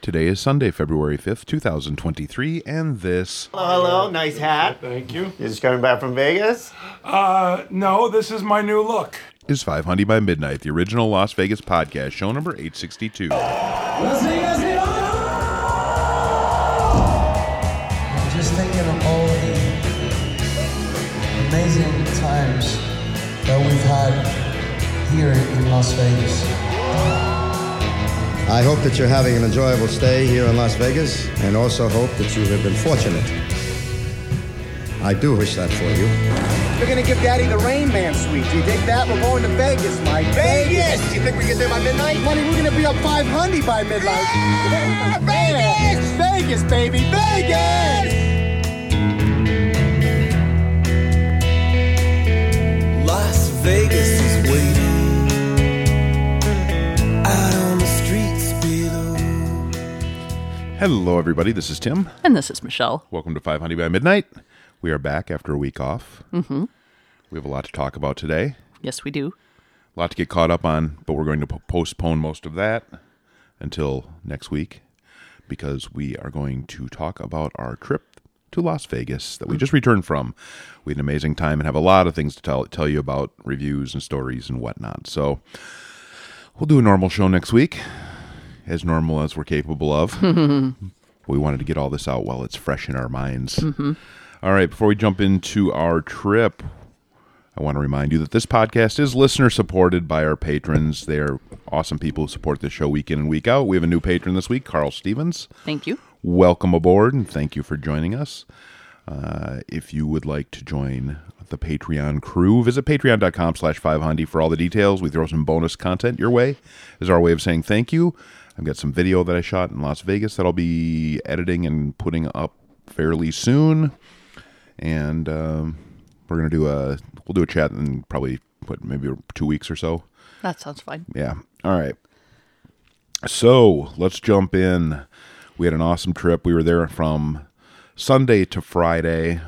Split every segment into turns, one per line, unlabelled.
Today is Sunday, February 5th, 2023, and this.
Hello, hello, nice hat.
Thank you.
You just coming back from Vegas?
Uh, no, this is my new look.
is 500 by Midnight, the original Las Vegas podcast, show number 862.
Las Vegas, Nevada.
I'm just thinking of all the amazing times that we've had here in Las Vegas.
I hope that you're having an enjoyable stay here in Las Vegas and also hope that you have been fortunate. I do wish that for you.
You're gonna give Daddy the Rain Man suite. Do you think that? We're going to Vegas, Mike. Vegas! You think we get there by midnight? Money, we're gonna be up 500 by midnight. Vegas! Vegas, baby, Vegas!
Las Vegas is waiting out on the streets below.
Hello, everybody. This is Tim.
And this is Michelle.
Welcome to 500 by Midnight. We are back after a week off. Mm-hmm. We have a lot to talk about today,
Yes, we do.
a lot to get caught up on, but we're going to po- postpone most of that until next week because we are going to talk about our trip to Las Vegas that we just returned from. We had an amazing time and have a lot of things to tell tell you about reviews and stories and whatnot. So we'll do a normal show next week, as normal as we're capable of. we wanted to get all this out while it's fresh in our minds. All right, before we jump into our trip, I want to remind you that this podcast is listener supported by our patrons. They're awesome people who support the show week in and week out. We have a new patron this week, Carl Stevens.
Thank you.
Welcome aboard and thank you for joining us. Uh, if you would like to join the Patreon crew, visit patreon.com slash 500 for all the details. We throw some bonus content your way is our way of saying thank you. I've got some video that I shot in Las Vegas that I'll be editing and putting up fairly soon and um, we're gonna do a we'll do a chat in probably what maybe two weeks or so.
That sounds fine.
Yeah. All right. So let's jump in. We had an awesome trip. We were there from Sunday to Friday,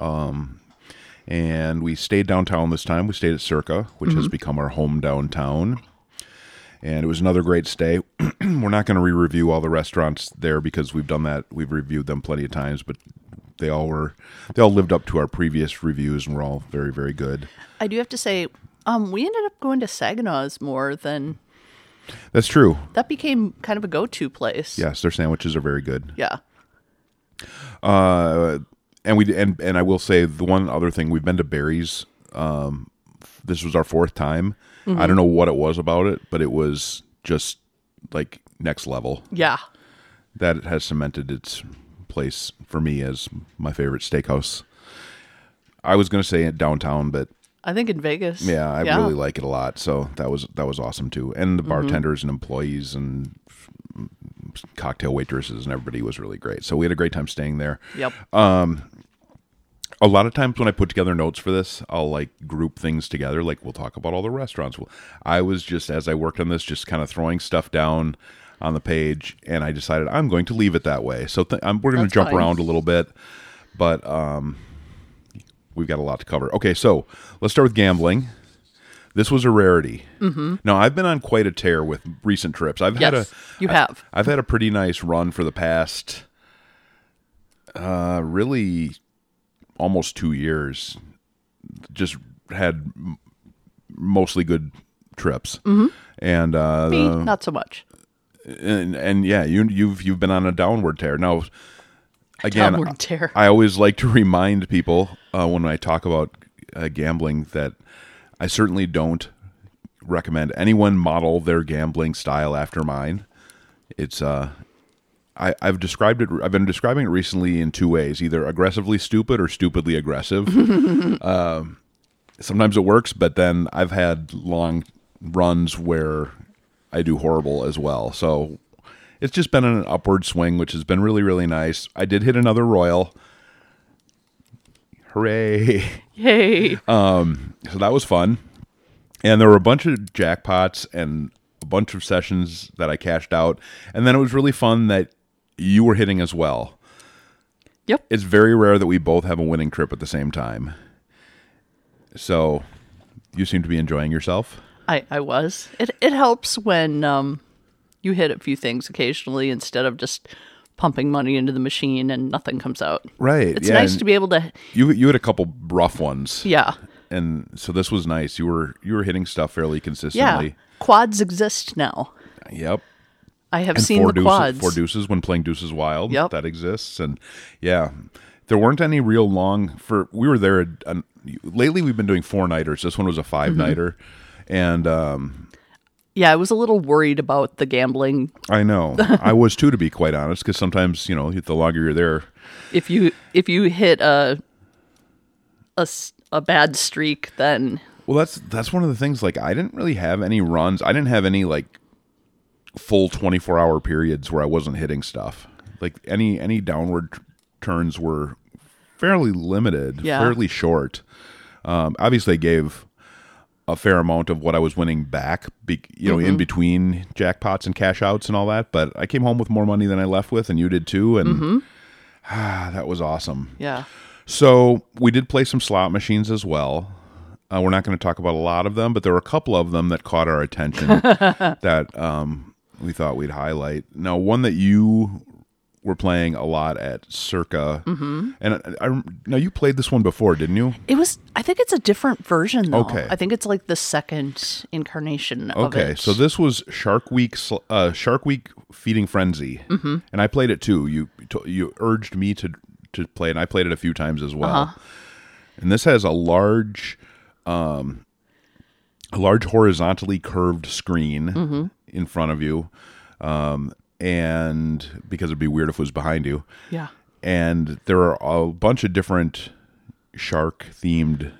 um, and we stayed downtown this time. We stayed at Circa, which has become our home downtown. And it was another great stay. We're not going to re-review all the restaurants there because we've done that. We've reviewed them plenty of times, but they all were they all lived up to our previous reviews and were all very very good.
I do have to say, um, we ended up going to Saginaw's more than
That's true.
that became kind of a go to place.
Yes, their sandwiches are very good.
Yeah.
Uh, and we and and I will say the one other thing we've been to Barry's. Um, f- this was our fourth time. I don't know what it was about it, but it was just like next level.
Yeah.
That has cemented its place for me as my favorite steakhouse. I was going to say it downtown, but
I think in Vegas.
yeah, I really like it a lot. So that was that was awesome too. And the bartenders and employees and cocktail waitresses and everybody was really great. So we had a great time staying there.
Yep.
Uh, a lot of times when I put together notes for this, I'll like group things together. Like we'll talk about all the restaurants. Well, I was just as I worked on this, just kind of throwing stuff down on the page, and I decided I'm going to leave it that way. So th- I'm, we're going to
That's
jump
fine.
around a little bit, but um, we've got a lot to cover. Okay, so let's start with gambling. This was a rarity. Mm-hmm. Now I've been on quite a tear with recent trips. I've had a
Yes, you
I-
have.
I've had a pretty nice run for the past, uh, really almost two years just had m- mostly good trips
Mm-hmm.
and uh
Me, not so much.
and, and yeah you you've you've been on a downward tear now again
Downward tear.
i always like to remind people uh when i talk about uh, gambling that i certainly don't recommend anyone model their gambling style after mine it's uh I, I've described it. I've been describing it recently in two ways: either aggressively stupid or stupidly aggressive. sometimes it works, but then I've had long runs where I do horrible as well. So it's just been an upward swing, which has been really, really nice. I did hit another royal. Hooray.
Yay.
Uh, So that was fun. And there were a bunch of jackpots and a bunch of sessions that I cashed out. And then it was really fun that you were hitting as well.
Yep.
It's very rare that we both have a winning trip at the same time. So you seem to be enjoying yourself.
I, I was. It it helps when um you hit a few things occasionally instead of just pumping money into the machine and nothing comes out.
Right,
It's
yeah,
nice
and-
to be able to.
You you had a couple rough ones.
Yeah.
And so this was nice. You were you were hitting stuff fairly
Yeah.
consistently.
Quads exist now.
Yep.
I have
And
seen
four
the
deuces,
quads.
Four deuces when playing deuces wild.
Yep.
That exists. And yeah, there weren't any real long for, we were there. uh, lately we've been doing four nighters. This one was a
Mm-hmm.
five nighter. And, um,
yeah, I was a little worried about the gambling.
I know I was too, to be quite honest, because sometimes, you know, the longer you're there,
If you if you hit a a s- a bad streak, then
Well, that's that's one of the things. Like, I didn't really have any runs. I didn't have any like full twenty four hour periods where I wasn't hitting stuff. Like any any downward t- turns were fairly limited,
Yeah.
fairly short. Um, obviously, I gave a fair amount of what I was winning back, be, you know, in between jackpots and cash outs and all that. But I came home with more money than I left with, and you did too. And ah, that was awesome.
yeah.
So we did play some slot machines as well. Uh, we're not going to talk about a lot of them, but there were a couple of them that caught our attention that um, we thought we'd highlight. Now, one that you were playing a lot at Circa, and I, I now you played this one before, didn't you?
It was. I think it's a different version, though.
Okay.
I think it's like the second incarnation. of
Okay,
it.
so this was Shark Week, sl- uh, Shark Week feeding frenzy, mm-hmm. and I played it too. You to- you urged me to to play, and I played it a few times as well.
Uh-huh.
And this has a large, um, a large horizontally curved screen
Mm-hmm.
in front of you, um, and because it'd be weird if it was behind you,
yeah,
and there are a bunch of different shark themed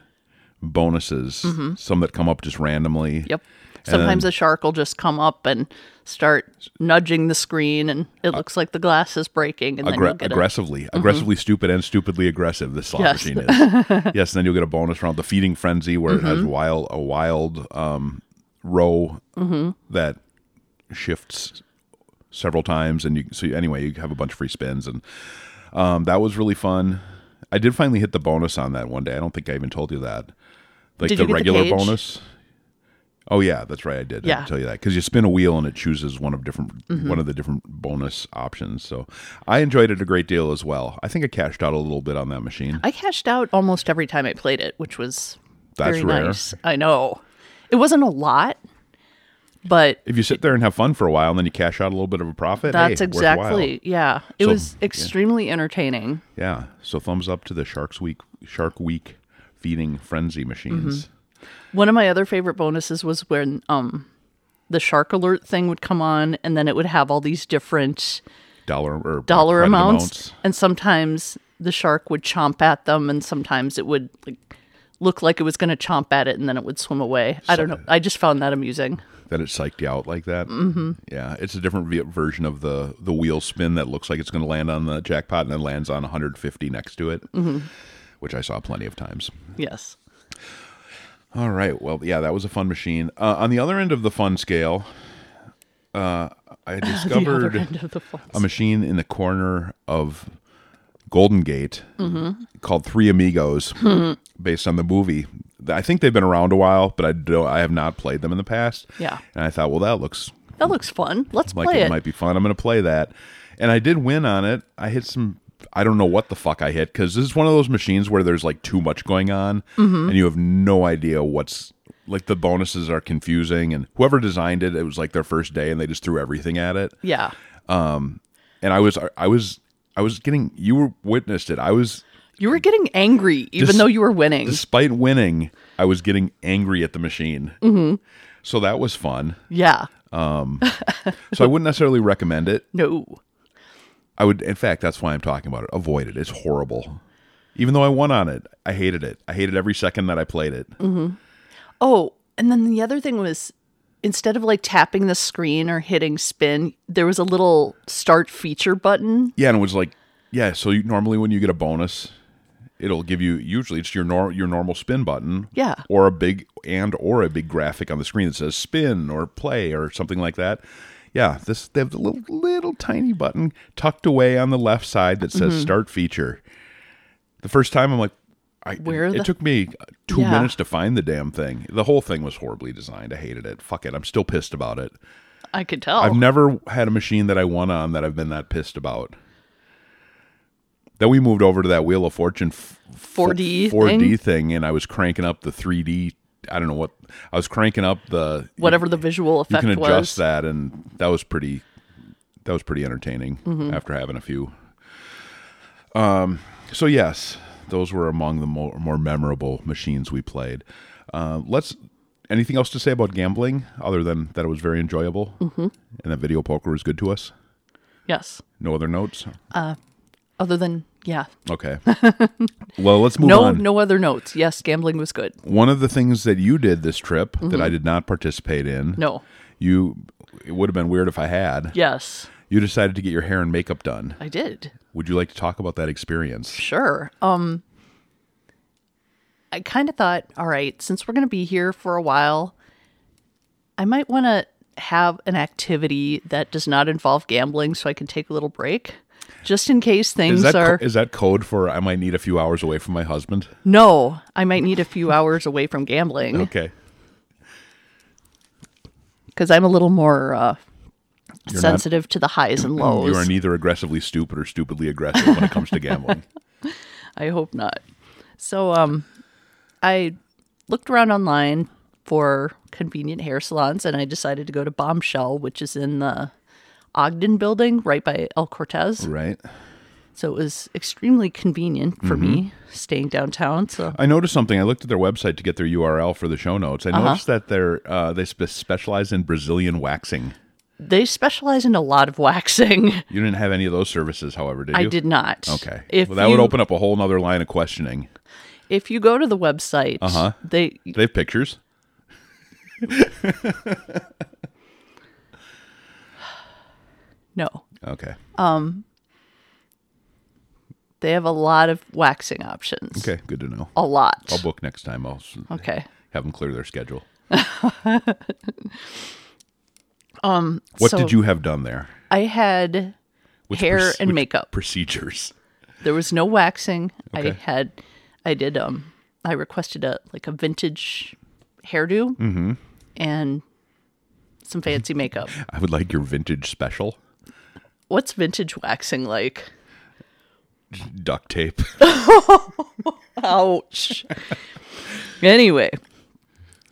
bonuses. Some that come up just randomly.
Mm-hmm. yep. Sometimes
then-
a shark will just come up and start nudging the screen, and it
Uh,
looks like the glass is breaking, and then
Aggre-
you'll get a-
aggressively, aggressively stupid and stupidly aggressive. This slot
Mm-hmm. Yes.
machine is. yes, and then you'll get a bonus round, the feeding frenzy, where it has
Mm-hmm.
wild a wild um, row
Mm-hmm.
that shifts several times, and you so anyway you have a bunch of free spins, and um, that was really fun. I did finally hit the bonus on that one day. I don't think I even told you that, like
Did
the
you get the
regular
page?
bonus. Oh yeah, that's right. I did. I
Yeah.
didn't tell you that because you spin a wheel and it chooses one of different
Mm-hmm.
one of the different bonus options. So I enjoyed it a great deal as well. I think I cashed out a little bit on that machine.
I cashed out almost every time I played it, which was
That's
very
rare.
nice. I know. It wasn't a lot, but
if you sit there and have fun for a while and then you cash out a little bit of a profit,
that's
hey, worthwhile.
exactly yeah. It
So-
was extremely entertaining.
yeah. So thumbs up to the Sharks Week Shark Week feeding frenzy
Mm-hmm.
machines.
One of my other favorite bonuses was when um the shark alert thing would come on and then it would have all these different
Dollar or
dollar
credit
amounts, and sometimes the shark would chomp at them and sometimes it would like look like it was going to chomp at it and then it would swim away. I don't know. I just found that amusing.
that it psyched you out like that. Mm-hmm. Yeah, it's a different vi- version of the the wheel spin that looks like it's going to land on the jackpot and then lands on 150 next to it,
Mm-hmm.
which I saw plenty of times.
Yes.
All right, well, yeah, that was a fun machine. Uh, on the other end of the fun scale, uh, I
The other
discovered
end of the fl-
a machine in the corner of Golden Gate
Mm-hmm.
called Three Amigos,
Hmm.
based on the movie. I think they've been around a while, but I don't. I have not played them in the past.
Yeah.
and I thought, well, that looks
That looks fun. Let's
like
play
it,
it.
might be fun. I'm going to play that. And I did win on it. I hit some. I don't know what the fuck I hit because this is one of those machines where there's like too much going on
Mm-hmm.
and you have no idea what's like the bonuses are confusing. And whoever designed it, it was like their first day and they just threw everything at it.
Yeah.
And I was, I was, I was getting, you were witnessed it. I was,
You were getting angry even
Dis-
though you were winning.
despite winning, I was getting angry at the machine.
Mm-hmm.
So that was fun.
yeah.
So I wouldn't necessarily recommend it.
No.
I would, in fact, that's why I'm talking about it. Avoid it. It's horrible. Even though I won on it, I hated it. I hated every second that I played it.
Oh, and then the other thing was instead of like tapping the screen or hitting spin, there was a little start feature button.
Yeah, and it was like, yeah. So you, normally when you get a bonus, it'll give you usually it's your nor- your normal spin button.
Yeah.
Or a big and or a big graphic on the screen that says spin or play or something like that. Yeah, this they have the little little tiny button tucked away on the left side that
Mm-hmm.
says start feature. The first time I'm like, I,
Where
it,
the-
took me two
Yeah.
minutes to find the damn thing. The whole thing was horribly designed. I hated it. Fuck it. I'm still pissed about it.
I could tell.
I've never had a machine that I won on that I've been that pissed about. Then we moved over to that Wheel of Fortune f-
4D
d thing, and I was cranking up the 3D. I don't know what I was cranking up the
Whatever the visual
you
effect
can adjust
was.
that, and that was pretty. That was pretty entertaining
Mm-hmm.
after having a few. Um. So yes, those were among the more, more memorable machines we played. Uh, let's. Anything else to say about gambling other than that it was very enjoyable
Mm-hmm.
and that video poker was good to us?
Yes.
No other notes.
Other than yeah.
Okay. well, let's move
No
on.
no other notes. Yes, gambling was good.
One of the things that you did this trip that I did not participate in.
Mm-hmm. No.
You. It would have been weird if I had.
Yes.
You decided to get your hair and makeup done.
I did.
Would you like to talk about that experience?
Sure. Um I kind of thought, all right, since we're going to be here for a while, I might want to have an activity that does not involve gambling so I can take a little break just in case
Is
things
that
are
co- is that code for I might need a few hours away from my husband?
No, I might need a few hours away from gambling
Okay.
because I'm a little more uh,
not-
sensitive to the highs and lows.
You are neither aggressively stupid or stupidly aggressive when it comes to gambling.
I hope not. So um I looked around online for convenient hair salons and I decided to go to Bombshell, which is in the Ogden building right by El Cortez.
right.
So it was extremely convenient for me
Mm-hmm.
staying downtown. So
I noticed something. I looked at their website to get their URL for the show notes. I
Uh-huh.
noticed that they're uh, they spe- specialize in Brazilian waxing.
they specialize in a lot of waxing.
You didn't have any of those services, however, did you?
I did not.
Okay.
If
well, that would
you-
open up a whole nother line of questioning.
If you go to the website,
Uh-huh.
they
Do they have pictures?
no.
Okay.
Uh, They have a lot of waxing options.
Okay. Oh, Good to know.
A lot.
I'll book next time. I'll s-
Okay.
have them clear their schedule. um. What
so-
did you have done there?
I had
Which
hair
proce-
and
which
makeup.
procedures.
There was no waxing. I
Okay.
had, I did. Um, I requested a like a vintage hairdo
Mm-hmm.
and some fancy makeup.
I would like your vintage special
What's vintage waxing like?
duct tape.
Ouch. anyway,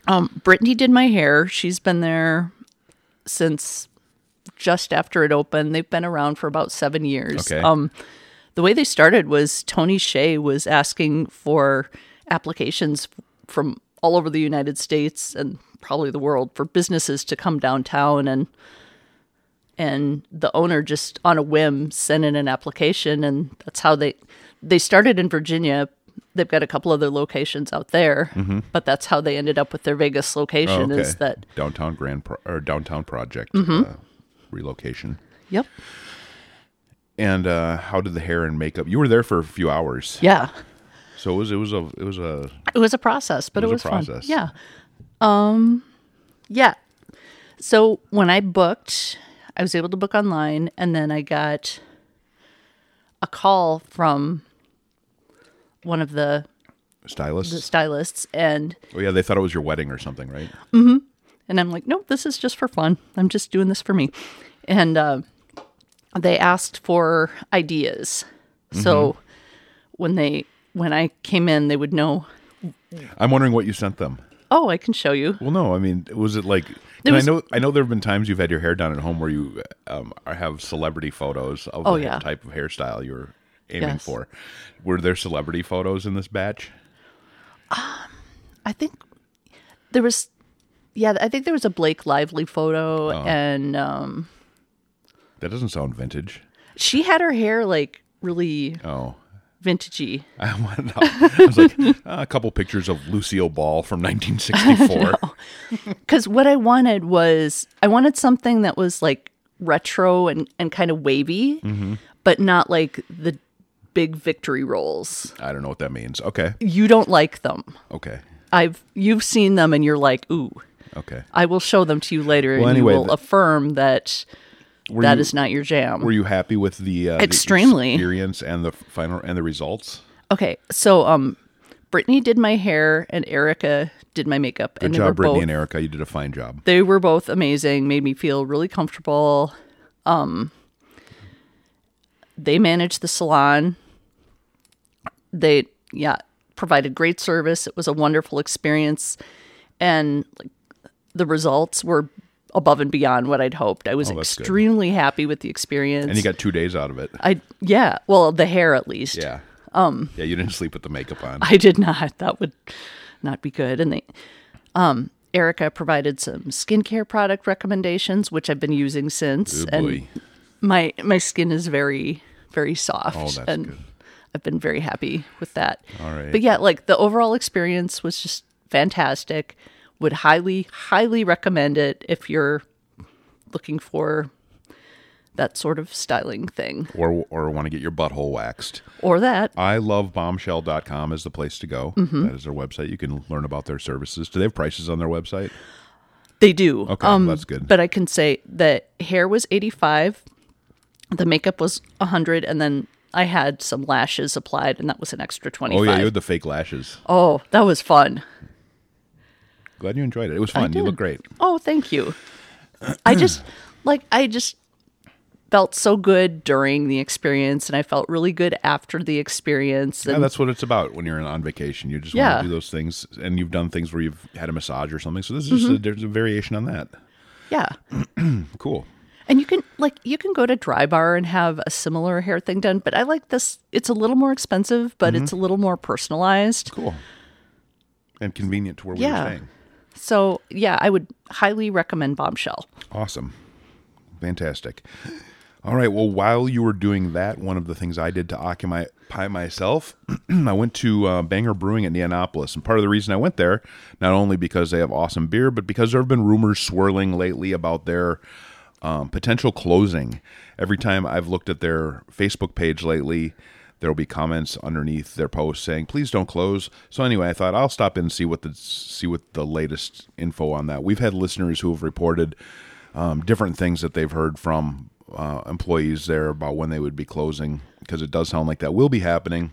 um, Brittany did my hair. She's been there since just after it opened. They've been around for about seven years.
Okay.
Um, the way they started was Tony Shea was asking for applications from all over the United States and probably the world for businesses to come downtown and and the owner just on a whim sent in an application and that's how they they started in Virginia. They've got a couple other locations out there, but that's how they ended up with their Vegas
Mm-hmm. Oh,
location
okay.
is that Mm-hmm.
downtown grand pro- or downtown project uh, relocation?
yep.
And uh, how did the hair and makeup? You were there for a few hours,
Yeah.
so it was it was a it was a
It was a process, but
It
it
was a
was, fun.
process.
Yeah. Um yeah. So when I booked, I was able to book online and then I got a call from one of the
stylist.
stylists and
Oh yeah, they thought it was your wedding or something, right?
And I'm like, nope, this is just for fun. I'm just doing this for me. And uh, they asked for ideas. So
Mm-hmm.
when they when I came in, they would know.
I'm wondering what you sent them.
Oh, I can show you.
Well, no, I mean, was it like?
There
and
was-
I know, I know, there have been times you've had your hair done at home where you um, are- have celebrity photos of
Oh,
the
yeah.
type of hairstyle you're aiming
Yes.
for. Were there celebrity photos in this batch?
I think there was, yeah, I think there was a Blake Lively photo,
Oh.
and um,
That doesn't sound vintage.
she had her hair like really
Oh,
vintagey.
I wanted. I was like "Ah, a couple pictures of Lucille Ball from 1964.
because what I wanted was I wanted something that was like retro and, and kind of wavy,
Mm-hmm.
but not like the big victory rolls.
I don't know what that means. Okay,
You don't like them.
okay,
I've you've seen them and you're like, ooh,
okay.
I will show them to you later,
Well,
and
anyway,
you will
the-
affirm that
Were
that
you,
is not your jam.
Were you happy with the uh, the
Extremely.
experience and the final and the results?
Okay, so um, Brittany did my hair and Erica did my makeup.
Good
and they were
job, Brittany
both,
and Erica. You did a fine job.
They were both amazing, made me feel really comfortable. Um, they managed the salon. They, yeah, provided great service. It was a wonderful experience. And like, the results were above and beyond what I'd hoped. I was
Oh, that's good.
extremely happy with the experience.
And you got two days out of it.
I, yeah, well, the hair at least.
Yeah. Um. Yeah, you didn't sleep with the makeup on.
I did not. That would not be good. And they, um, Erica provided some skincare product recommendations, which I've been using since.
Good
and
boy.
my my skin is very very soft.
Oh, that's
and
good.
I've been very happy with that.
All right.
But yeah, like the overall experience was just fantastic. Would highly highly recommend it if you're looking for that sort of styling thing
Or or want to get your butthole waxed.
or that.
I love bombshell.com is the place to go.
Mm-hmm.
That is their website. You can learn about their services. Do they have prices on their website?
They do. Um,
Okay, that's good.
But I can say that hair was 85, the makeup was 100, and then I had some lashes applied, and that was an extra 25.
Oh yeah, you had the fake lashes.
Oh, that was fun.
Glad you enjoyed it. It was fun. You
did.
look great.
Oh, thank you. I just, like, I just felt so good during the experience, and I felt really good after the experience.
Yeah,
And
that's what it's about when you're on vacation. You just want
Yeah.
to do those things, and you've done things where you've had a massage or something. So this is just
Mm-hmm.
a, there's a variation on that.
yeah.
Cool.
And you can like you can go to Dry Bar and have a similar hair thing done, but I like this. It's a little more expensive, but
Mm-hmm.
it's a little more personalized.
Cool. And convenient to where we
Yeah.
were staying.
So yeah, I would highly recommend Bombshell.
Awesome. Fantastic. All right. Well, while you were doing that, one of the things I did to occupy pie myself, I went to uh, Banger Brewing at Indianapolis. And part of the reason I went there, not only because they have awesome beer, but because there have been rumors swirling lately about their um, potential closing. Every time I've looked at their Facebook page lately, there will be comments underneath their posts saying, "Please don't close." So anyway, I thought I'll stop in and see what the see what the latest info on that. We've had listeners who have reported um, different things that they've heard from uh, employees there about when they would be closing because it does sound like that will be happening.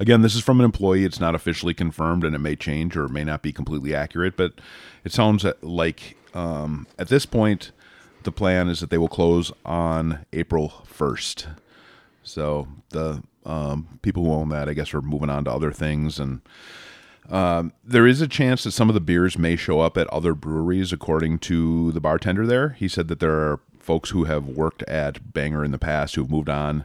Again, this is from an employee. It's not officially confirmed, and it may change or it may not be completely accurate. But it sounds like um, at this point, the plan is that they will close on April first. So the um, people who own that, I guess, are moving on to other things, and there is a chance that some of the beers may show up at other breweries, according to the bartender there. He said that there are folks who have worked at Banger in the past who've moved on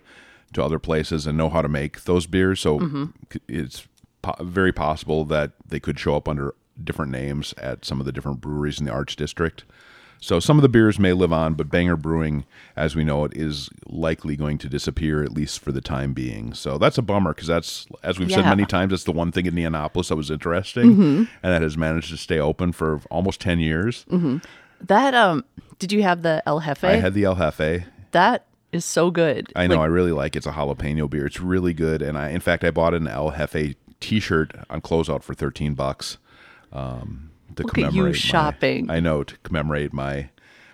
to other places and know how to make those beers. So c- it's po- very possible that they could show up under different names at some of the different breweries in the Arts District. So some of the beers may live on, but Banger Brewing, as we know it, is likely going to disappear at least for the time being. So that's a bummer because that's, as we've said
Yeah.
many times, that's the one thing in Indianapolis that was interesting, and that has managed to stay open for almost ten years.
That um, did you have the El Jefe?
I had the El Jefe.
that is so good.
I know
Like,
I really like it. it's a jalapeno beer. It's really good, and I in fact I bought an El Jefe T-shirt on closeout for thirteen bucks. Um, to
Look at you
commemorate my-
shopping.
I know to commemorate my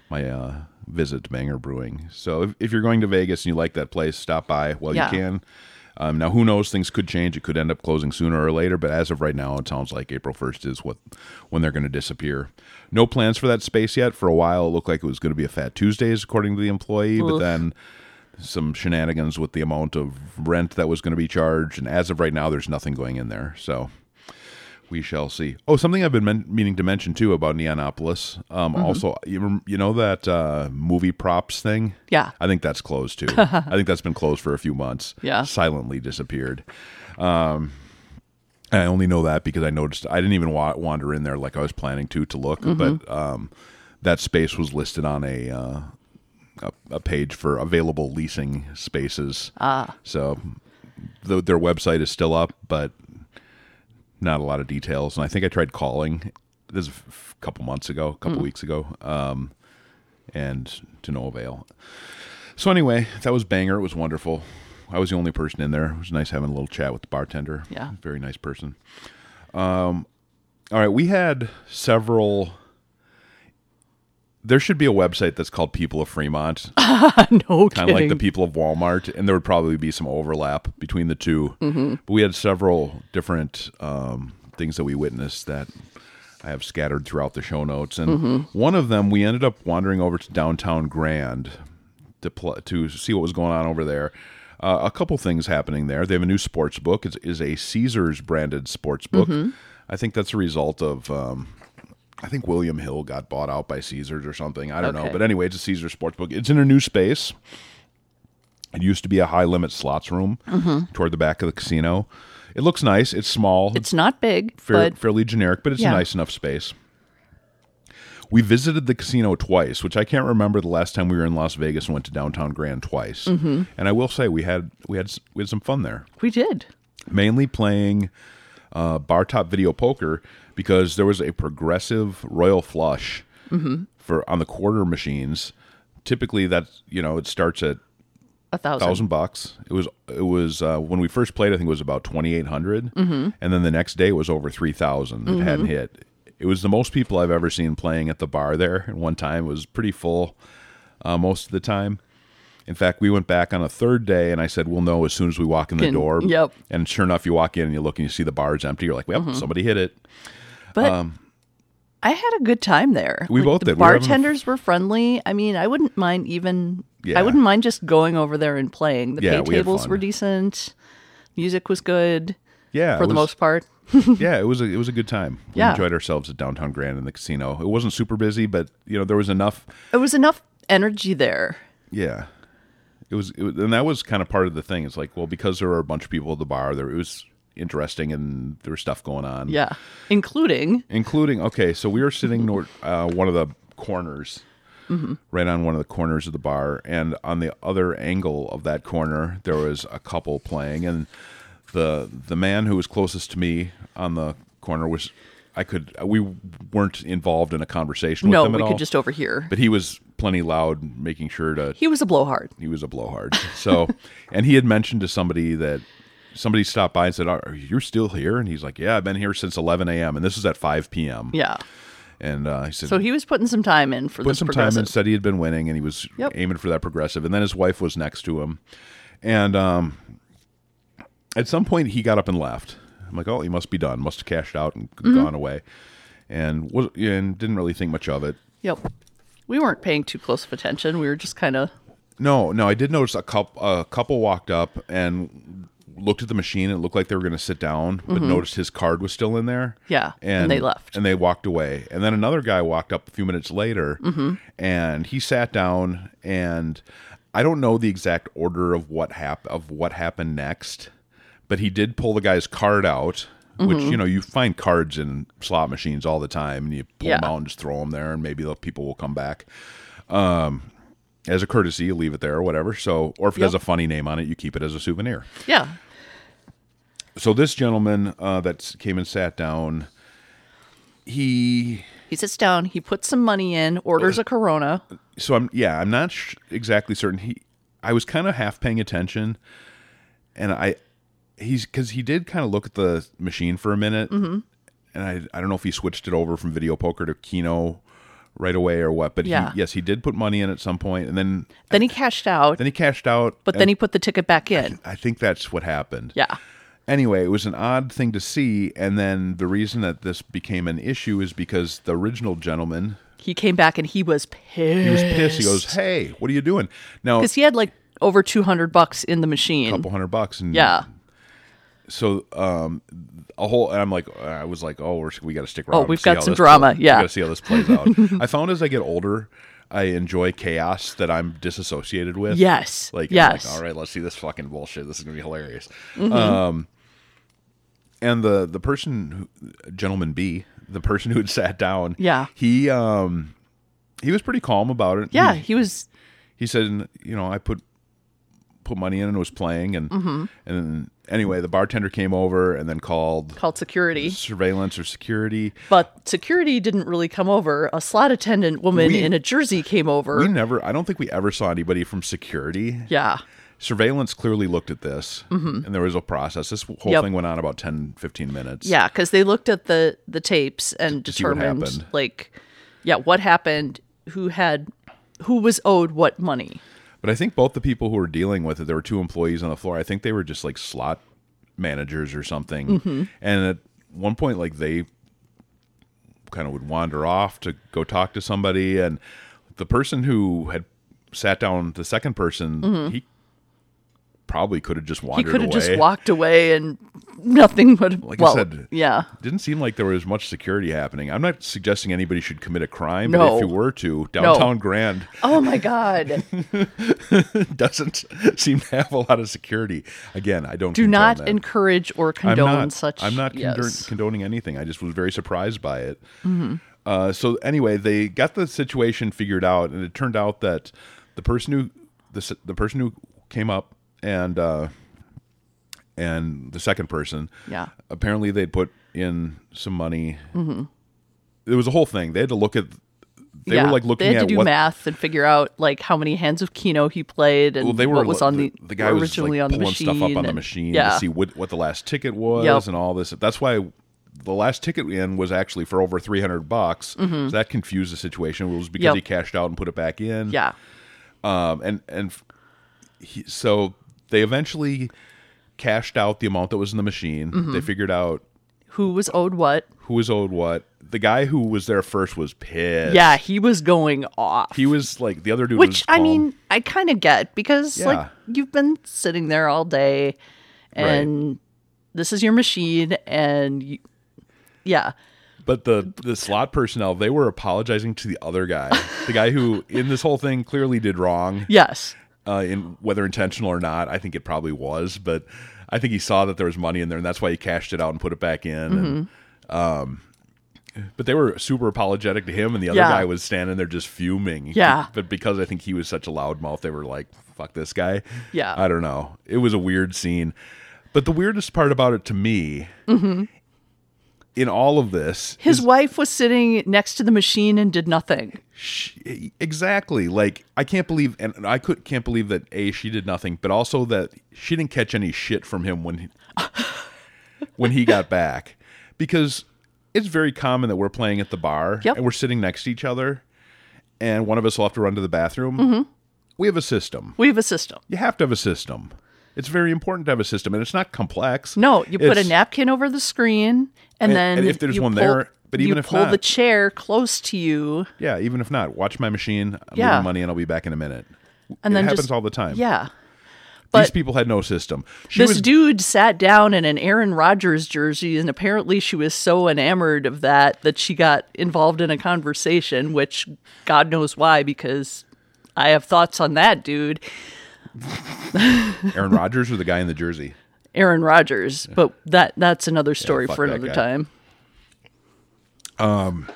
my uh, visit to Banger Brewing. So if, if you're going to Vegas and you like that place, stop by while
Yeah.
you can. Um, now who knows? Things could change. It could end up closing sooner or later. But as of right now, it sounds like April 1st is what when they're going to disappear. No plans for that space yet. For a while, it looked like it was going to be a Fat Tuesdays, according to the employee. But
Oof.
then some shenanigans with the amount of rent that was going to be charged. And as of right now, there's nothing going in there. So we shall see. Oh, something I've been men- meaning to mention too about Neonopolis. Um, Also, you, rem- you know that uh, movie props thing?
Yeah.
I think that's closed too. I think that's been closed for a few months.
Yeah.
Silently disappeared. Um, and I only know that because I noticed I didn't even wa- wander in there like I was planning to to look, but um, that space was listed on a uh, a page for available leasing spaces. Ah. So the, their website is still up, but not a lot of details. And I think I tried calling this is a f- couple months ago, a couple weeks ago, um, and to no avail. So anyway, that was banger. It was wonderful. I was the only person in there. It was nice having a little chat with the bartender.
Yeah.
very nice person. Um, all right, we had several. There should be a website that's called People of Fremont
no
kind of like
kidding.
the people of Walmart, and there
Mm-hmm.
would probably be some overlap between the 2 But we had several different um, things that we witnessed that I have scattered throughout the show notes. And
Mm-hmm.
one of them, we ended up wandering over to downtown Grand to pl- to see what was going on over there. Uh, a couple things happening there. They have a new sports book. It is a Caesars branded sports book.
Mm-hmm.
I think that's a result of. Um, I think William Hill got bought out by Caesars or something. I don't know.
Okay.
But anyway, it's a Caesars sports book. It's in a new space. It used to be a high limit slots room toward the back of the casino. It looks nice. It's small.
Mm-hmm. It's not big,
fair,
but
fairly generic, but it's
Yeah.
a nice enough space. We visited the casino twice, which I can't remember the last time we were in Las Vegas and went to downtown Grand twice.
Mm-hmm.
And I will say we had we had s- we had some fun there,
we did.
mainly playing uh, bar top video poker because there was a progressive royal flush
Mm-hmm.
for on the quarter machines. Typically, that's you know it starts at
A thousand.
thousand bucks. It was it was uh, when we first played. I think it was about twenty
Mm-hmm.
and then the next day it was over three thousand. It hadn't hit. It was the most people I've ever seen playing at the bar there. And one time it was pretty full uh, most of the time. In fact, we went back on a third day, and I said, "We'll know as soon as we walk in the
Can-
door."
yep. Mm-hmm.
And sure enough, you walk in and you look and you see the bar's empty. You're like, "Well, somebody hit it."
But I had a good time there.
We both
the
did. We were having a-
Bartenders were friendly. I mean, I wouldn't mind even.
Yeah.
I wouldn't mind just going over there and playing. The
Yeah,
pay
we had
tables
fun.
were decent. Music was good
Yeah,
for
it
the
was-
most part.
yeah, it was a, it was a good time. We
Yeah.
enjoyed ourselves at Downtown Grand in the casino. It wasn't super busy, but you know there was enough
It was enough energy there.
Yeah. It was, it was, and that was kind of part of the thing. It's like, well, because there were a bunch of people at the bar, there it was interesting, and there was stuff going on.
Yeah, including
including okay. So we were sitting nor- uh, one of the corners,
Mm-hmm.
right on one of the corners of the bar, and on the other angle of that corner, there was a couple playing, and the the man who was closest to me on the corner was, I could, we weren't involved in a conversation.
no,
with them
we
at
could
all,
just overhear.
but he was plenty loud, making sure to
he was a blowhard.
he was a blowhard. So, and he had mentioned to somebody that somebody stopped by and said, "Are you still here?" And he's like, "Yeah, I've been here since 11 a.m. and this is at 5 p.m."
Yeah,
And uh, he said,
so he was putting some time in for
put
this
some time
progressive.
and said he had been winning and he was
Yep.
aiming for that progressive. And then his wife was next to him, and um, at some point he got up and left. I'm like, "Oh, he must be done. Must have cashed out and
Mm-hmm.
gone away." And was and didn't really think much of it.
Yep, we weren't paying too close of attention. We were just kind of
No, no, I did notice a couple. A couple walked up and looked at the machine. It looked like they were going to sit down, but noticed his card was still in there.
Mm-hmm. Yeah, and they left.
and they walked away. And then another guy walked up a few minutes later,
Mm-hmm.
and he sat down. And I don't know the exact order of what hap- of what happened next, but he did pull the guy's card out. Which
Mm-hmm.
you know you find cards in slot machines all the time, and you pull them
Yeah.
out and just throw them there, and maybe the people will come back Um, as a courtesy, you leave it there or whatever. So, or if it has a
Yep.
funny name on it, you keep it as a souvenir.
yeah.
So, this gentleman uh, that came and sat down, he.
He sits down. He puts some money in. Orders a Corona.
So, I'm, yeah, I'm not sh- exactly certain. He, I was kind of half paying attention and I, he's, cause he did kind of look at the machine for a minute.
Mm-hmm.
And I, I don't know if he switched it over from video poker to Keno right away or what, but
Yeah.
he, yes, he did put money in at some point and then,
Then he cashed out.
then he cashed out.
but
and
then he put the ticket back in.
I think that's what happened.
Yeah.
anyway, it was an odd thing to see. And then the reason that this became an issue is because the original gentleman
He came back and he was
he was
pissed
pissed. He goes, "Hey, what are you doing?" Now, a
because he had like over 200 bucks in the machine.
couple hundred bucks, and
Yeah.
So, um, a whole. And I'm like, I was like, "Oh, we're, we got to stick
Oh,
around." and
we've
see
got
how
some
this
drama,
plays-
yeah.
we got to see how this plays out. I found as I get older, I enjoy chaos that I'm disassociated with.
Yes.
Like, I'm
yes. Mm-hmm.
like, all right, let's see this fucking bullshit. This is gonna be hilarious. Um, and the the person, who, gentleman B, the person who had sat down,
Yeah.
he um, he was pretty calm about it.
Yeah.
he,
He was.
he said, you know, I put put money in and was playing, and and then, anyway, the bartender came over and then called
Called security,
surveillance or security.
but security didn't really come over. A slot attendant woman
We-
in a jersey came over.
We never, I don't think we ever saw anybody from security.
yeah,
Surveillance clearly looked at this, and there was a process. This whole
Yep.
thing went on about 10, 15 minutes.
yeah, because they looked at the the tapes and
see what
determined
happened.
like, yeah, what happened, who had, who was owed what money.
But I think both the people who were dealing with it,
Mm-hmm.
there were two employees on the floor. I think they were just like slot managers or something. And it, one point like they kind of would wander off to go talk to somebody and the person who had sat down the second person he probably could have just
Mm-hmm. He
wandered
could have
away
just walked away and nothing would.
Like I
well,
said-
yeah.
didn't seem like there was much security happening i'm not suggesting anybody should commit a crime but
No.
if you were to downtown grand
Oh my God!
doesn't seem to have a lot of security again i don't
Do
condone
not
that.
encourage or
I'm
condone
not,
such.
I'm not condon-
yes. Mm-hmm.
condoning anything. I just was very surprised by it. Uh, so anyway, they got the situation figured out, and it turned out that the person who the s- the person who came up and uh, and the second person,
Yeah. Mm-hmm.
apparently they'd put in some money. It was a whole thing. They had to look at. They
yeah.
were like looking
They had
at
to do
what
math and figure out like how many hands of Kino he played and
well, they were
what was on the,
the guy was
originally
like
on the
pulling
machine.
stuff up on the
and-
machine
yeah.
to see what, what the last ticket was
Yep.
and all this. That's why the last ticket in was actually for over three hundred bucks. So that confused the situation. It was because
Mm-hmm. Yep.
he cashed out and put it back in.
yeah.
Um, and and f- he, so they eventually cashed out the amount that was in the machine.
Mm-hmm.
They figured out
Who was owed what?
who was owed what. The guy who was there first was pissed.
Yeah, he was going off.
He was like the other dude. was
Which I
calm.
mean, I kind of get because
Yeah.
like you've been sitting there all day, and this is your machine, and you, yeah,
But the the slot personnel, they were apologizing to the other guy, the guy who in this whole thing clearly did wrong,
yes,
uh, in whether intentional or not. I think it probably was, but I think he saw that there was money in there, and that's why he cashed it out and put it back in. And,
Mm-hmm.
um, but they were super apologetic to him, and the other
Yeah.
guy was standing there just fuming.
Yeah.
But because I think he was such a loudmouth, they were like, "Fuck this guy."
Yeah.
I don't know. It was a weird scene, but the weirdest part about it to me.
Mm-hmm.
In all of this,
his wife was sitting next to the machine and did nothing.
she, exactly like i can't believe and i could can't believe that a she did nothing but also that she didn't catch any shit from him when he, when he got back because it's very common that we're playing at the bar
Yep.
and we're sitting next to each other and one of us will have to run to the bathroom
Mm-hmm.
we have a system
We have a system.
you have to have a system it's very important to have a system and it's not complex
No, you put
It's-
a napkin over the screen,
And-
and, then
and if there's
you
one
pull-
there, but even
you
if
pull the
not-
chair close to you,
yeah even if not watch my machine i'm
Yeah.
leaving money and i'll be back in a minute
and
it
then
happens
just,
all the time
Yeah,
these
but-
people had no system she
this
was
dude sat down in an Aaron Rodgers jersey, and apparently she was so enamored of that that she got involved in a conversation, which God knows why, because I have thoughts on that dude,
Aaron Rodgers or the guy in the jersey?
Aaron Rodgers. But that that's another story
fuck
for
that
another
guy.
time.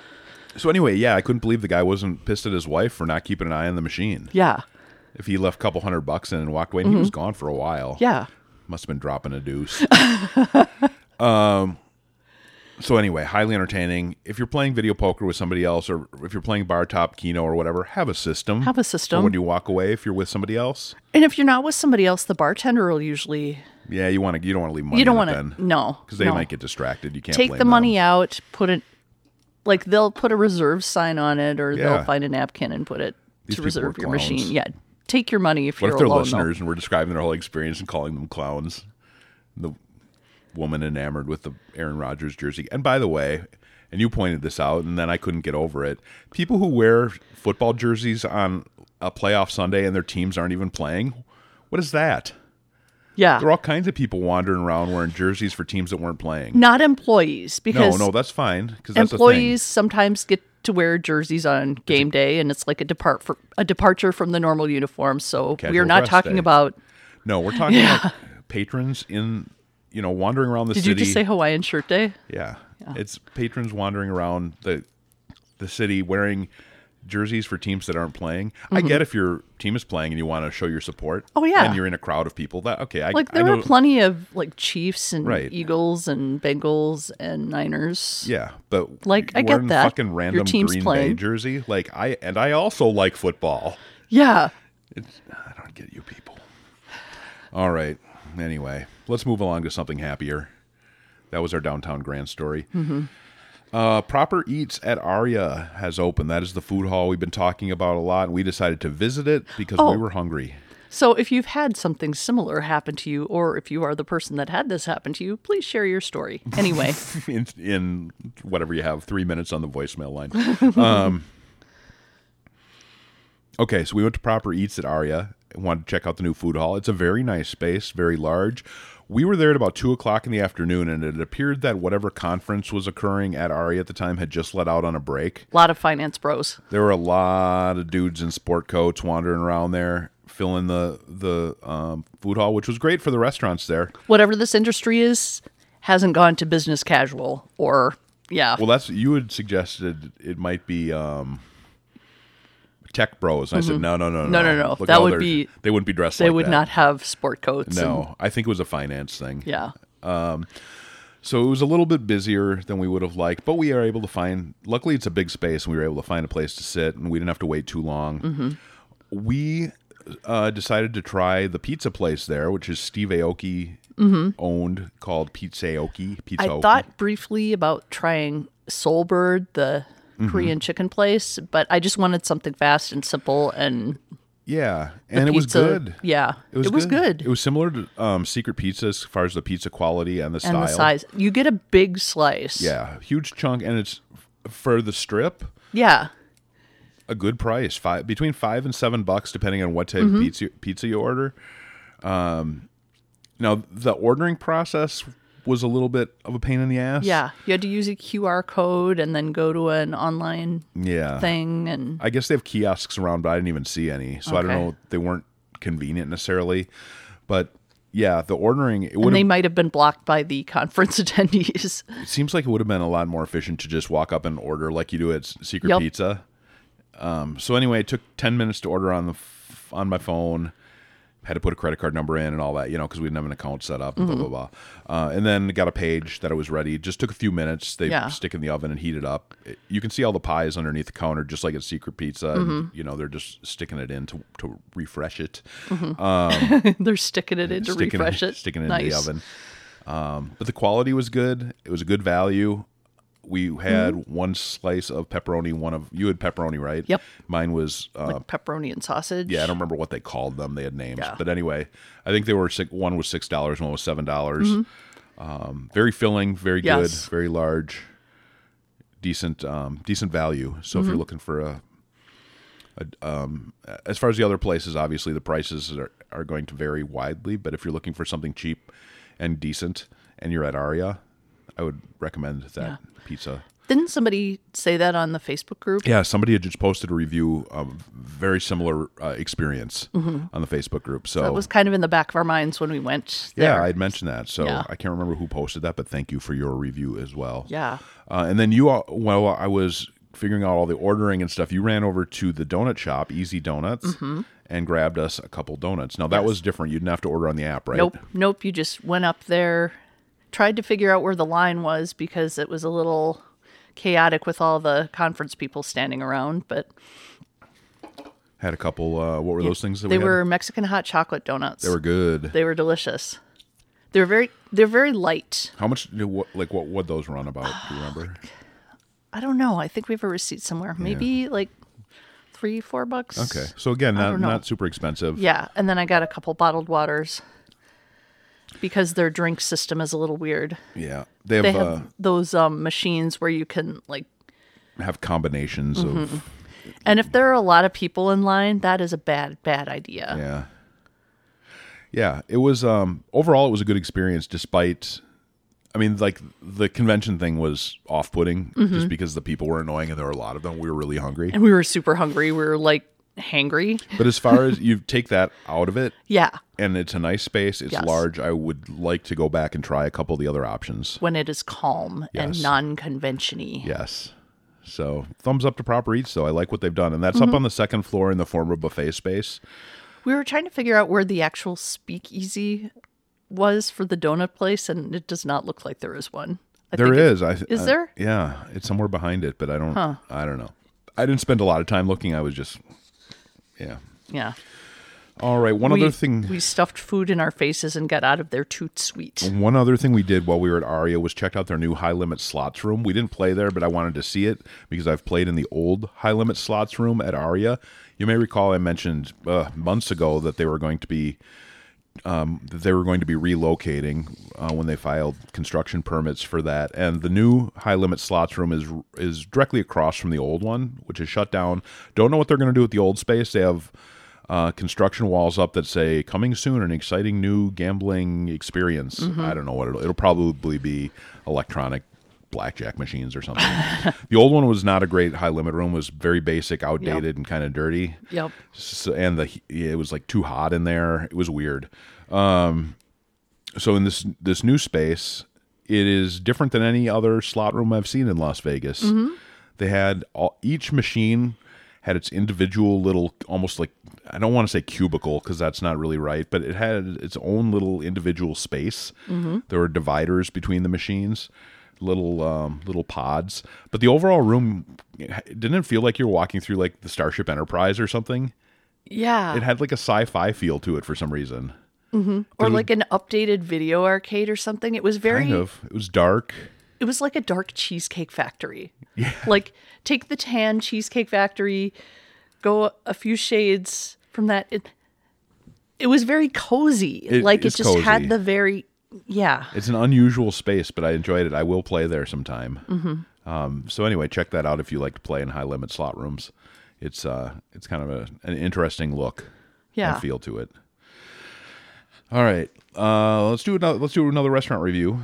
So anyway, yeah, I couldn't believe the guy wasn't pissed at his wife for not keeping an eye on the machine.
Yeah, Mm-hmm.
If he left a couple hundred bucks in and walked away, and he was gone for a while.
yeah,
must have been dropping a deuce. um. So anyway, highly entertaining. If you're playing video poker with somebody else, or if you're playing bar top, keno, or whatever, have a system.
Have a system.
For when you walk away, if you're with somebody else,
and if you're not with somebody else, the bartender will usually
yeah, you want to. You don't want to leave money.
you don't
want
want to no
because they
no.
might get distracted. You can't
take
blame
the
them.
money out, put it like they'll put a reserve sign on it, or
Yeah.
they'll find a napkin and put it
These
to
people
reserve
are
your
clowns.
machine. Yeah, take your money if
What
you're
if they're
alone. though.
listeners and we're describing their whole experience and calling them clowns? The woman enamored with the Aaron Rodgers jersey. And by the way, and you pointed this out, and then I couldn't get over it. People who wear football jerseys on a playoff Sunday and their teams aren't even playing. What is that?
Yeah,
There are all kinds of people wandering around wearing jerseys for teams that weren't playing.
not employees
No,
because
no, that's fine because that's
employees
the thing.
sometimes get to wear jerseys on game day, and it's like a depart for a departure from the normal uniform. So
Casual
we're not
dress
talking
day.
about.
No, we're talking about patrons in you know wandering around the
Did
city.
you just say Hawaiian Shirt Day?
Yeah. It's patrons wandering around the the city wearing jerseys for teams that aren't playing. I get if your team is playing and you want to show your support.
Mm-hmm. Oh, yeah.
And you're in a crowd of people. That okay, I
Like
I
there
know,
were plenty of like Chiefs and
Right.
Eagles and Bengals and Niners.
Yeah, but
Like, I
you're
get
wearing a
that.
fucking
Your
random
team's
Green Bay
playing.
jersey. Like I and I also like football.
yeah.
It's I don't get you people. All right. Anyway, let's move along to something happier. That was our downtown grand story. Uh, Proper Eats at Aria has opened. That is the food hall we've been talking about a lot. We decided to visit it because
Oh.
we were hungry.
So, if you've had something similar happen to you, or if you are the person that had this happen to you, please share your story. Anyway,
in, in whatever you have, three minutes on the voicemail line. um, okay, so we went to Proper Eats at Aria. Wanted to check out the new food hall. It's a very nice space, very large. We were there at about two o'clock in the afternoon, and it appeared that whatever conference was occurring at Aria at the time had just let out on a break.
a lot of finance bros.
There were a lot of dudes in sport coats wandering around there, filling the the um, food hall, which was great for the restaurants there.
Whatever this industry is, hasn't gone to business casual or, yeah.
Well, that's you had suggested it might be um, tech bros, and I said no, no, no, no,
Mm-hmm. No, no, no.
Look
That
how
would
they're-
be-
they wouldn't be dressed.
they
like
would
that.
not have sport coats. and-
No, I think it was a finance thing.
yeah.
So it was a little bit busier than we would have liked, but we are able to find. Luckily, it's a big space, and we were able to find a place to sit, and we didn't have to wait too long.
Mm-hmm.
We uh, decided to try the pizza place there, which is Steve Aoki owned, called Pizza Aoki. Pizza
Mm-hmm. I
Aoki.
thought briefly about trying Soulbird, the
Mm-hmm.
Korean chicken place, but I just wanted something fast and simple and
yeah, and it was
pizza.
good.
Yeah. It was, good.
It was similar to um, Secret Pizza as far as the pizza quality and the
and
style.
the size. You get a big slice.
Yeah, huge chunk, and it's for the strip
Yeah.
a good price five between five and seven bucks depending on what type
Mm-hmm.
of pizza pizza you order. Um, now the ordering process was a little bit of a pain in the ass.
Yeah. You had to use a QR code and then go to an online
yeah.
thing and
I guess they have kiosks around, but I didn't even see any, so I don't
Okay.
know. They weren't convenient necessarily, but yeah, the ordering it
and
would
they
have
might have been blocked by the conference attendees.
It seems like it would have been a lot more efficient to just walk up and order like you do at Secret
Yep.
Pizza. Um, so anyway, it took ten minutes to order on the f- on my phone. Had to put a credit card number in and all that, you know, because we didn't have an account set up. and
Mm-hmm.
Blah blah blah. Uh, and then got a page that it was ready. It just took a few minutes. They
Yeah.
stick in the oven and heat it up. It- you can see all the pies underneath the counter, just like at Secret Pizza.
Mm-hmm.
And, you know, they're just sticking it in to to refresh it
They're sticking it in to
sticking
refresh it.
sticking it in
Nice.
the oven. Um, but the quality was good. It was a good value. We had one slice of pepperoni. One of you had pepperoni, right?
Mm-hmm. Yep.
Mine was. Uh,
Like pepperoni and sausage.
yeah, I don't remember what they called them. They had names,
Yeah.
but anyway, I think they were six, one was six dollars, one was seven dollars. Um, very filling, very
Mm-hmm. Yes.
good, very large, decent, um, decent value. So
Mm-hmm.
if you're looking for a, a um, as far as the other places, obviously the prices are, are going to vary widely. But if you're looking for something cheap and decent, and you're at Aria, I would recommend that pizza.
Didn't somebody say that on the Facebook group?
Yeah, somebody had just posted a review of very similar uh, experience on the Facebook group. So,
That Mm-hmm. was kind of in the back of our minds when we went there.
yeah, I had mentioned that. So
Yeah.
I can't remember who posted that, but thank you for your review as well.
Yeah.
Uh, and then you, all, well, I was figuring out all the ordering and stuff. You ran over to the donut shop, Easy Donuts,
Mm-hmm.
and grabbed us a couple donuts. Now that was different. You didn't have to order on the app, right?
Nope, nope. You just went up there, tried to figure out where the line was because it was a little chaotic with all the conference people standing around. But
Had a couple. Uh, what were those things that
they
we
were
Had?
Mexican hot chocolate donuts.
They were good.
They were delicious. They're very they're very light.
How much? Did, what, like what? What those run about? Do you remember?
I don't know. I think we have a receipt somewhere. Maybe like three, four bucks.
Okay. So again, not
don't know.
not super expensive.
Yeah, and then I got a couple bottled waters because their drink system is a little weird.
Yeah. They have,
They have
uh,
those um, machines where you can like
have combinations
Mm-hmm.
of
And if there are a lot of people in line, that is a bad, bad idea.
yeah yeah it was um overall it was a good experience despite i mean like the convention thing was off-putting just because the people were annoying and there were a lot of them we were really hungry
Mm-hmm. And we were super hungry. We were like hangry.
but as far as you take that out of it
Yeah.
and it's a nice space it's
Yes.
large i would like to go back and try a couple of the other options
When it is calm and
Yes.
non conventiony.
yes so thumbs up to proper eats though i like what they've done and that's
Mm-hmm.
up on the second floor in the former buffet space
We were trying to figure out where the actual speakeasy was for the donut place, and it does not look like there is one. I
There
think it's-
is. I th-
is
I-
there?
Yeah, it's somewhere behind it, but I don't. I don't know. I didn't spend a lot of time looking. I was just, yeah.
Yeah.
All right. One
we,
other thing.
We stuffed food in our faces and got out of there toot sweet.
one other thing we did while we were at Aria was checked out their new high limit slots room. We didn't play there, but I wanted to see it because I've played in the old high limit slots room at Aria. You You may recall I mentioned uh, months ago that they were going to be um, that they were going to be relocating uh, when they filed construction permits for that. And the new high limit slots room is is directly across from the old one, which is shut down. Don't know what they're going to do with the old space. They have uh, construction walls up that say "Coming soon: An exciting new gambling experience." I don't know what it'll. It'll probably be electronic blackjack machines or something. the old one was not a great high limit room. It was very basic, outdated, and kind of dirty.
Yep.
So, and the it was like too hot in there. It was weird. Um, so in this this new space, it is different than any other slot room I've seen in Las Vegas. They had all, each machine had its individual little, almost like I don't want to say cubicle because that's not really right, but it had its own little individual space. There were dividers between the machines, little um, little pods. But the overall room it didn't it feel like you're walking through like the Starship Enterprise or something.
Yeah.
It had like a sci-fi feel to it for some reason.
or like an updated video arcade or something. It was very
Kind of. It was dark.
it was like a dark cheesecake factory. Yeah. Like take the tan cheesecake factory, go a few shades from that. It, it was very cozy.
It
like it
is
just had
cozy.
the very yeah.
It's an unusual space, but I enjoyed it. I will play there sometime. Um, so anyway, check that out if you like to play in high limit slot rooms. It's uh, it's kind of a, an interesting look
Yeah.
and feel to it. All right, uh, let's do another. Let's do another restaurant review.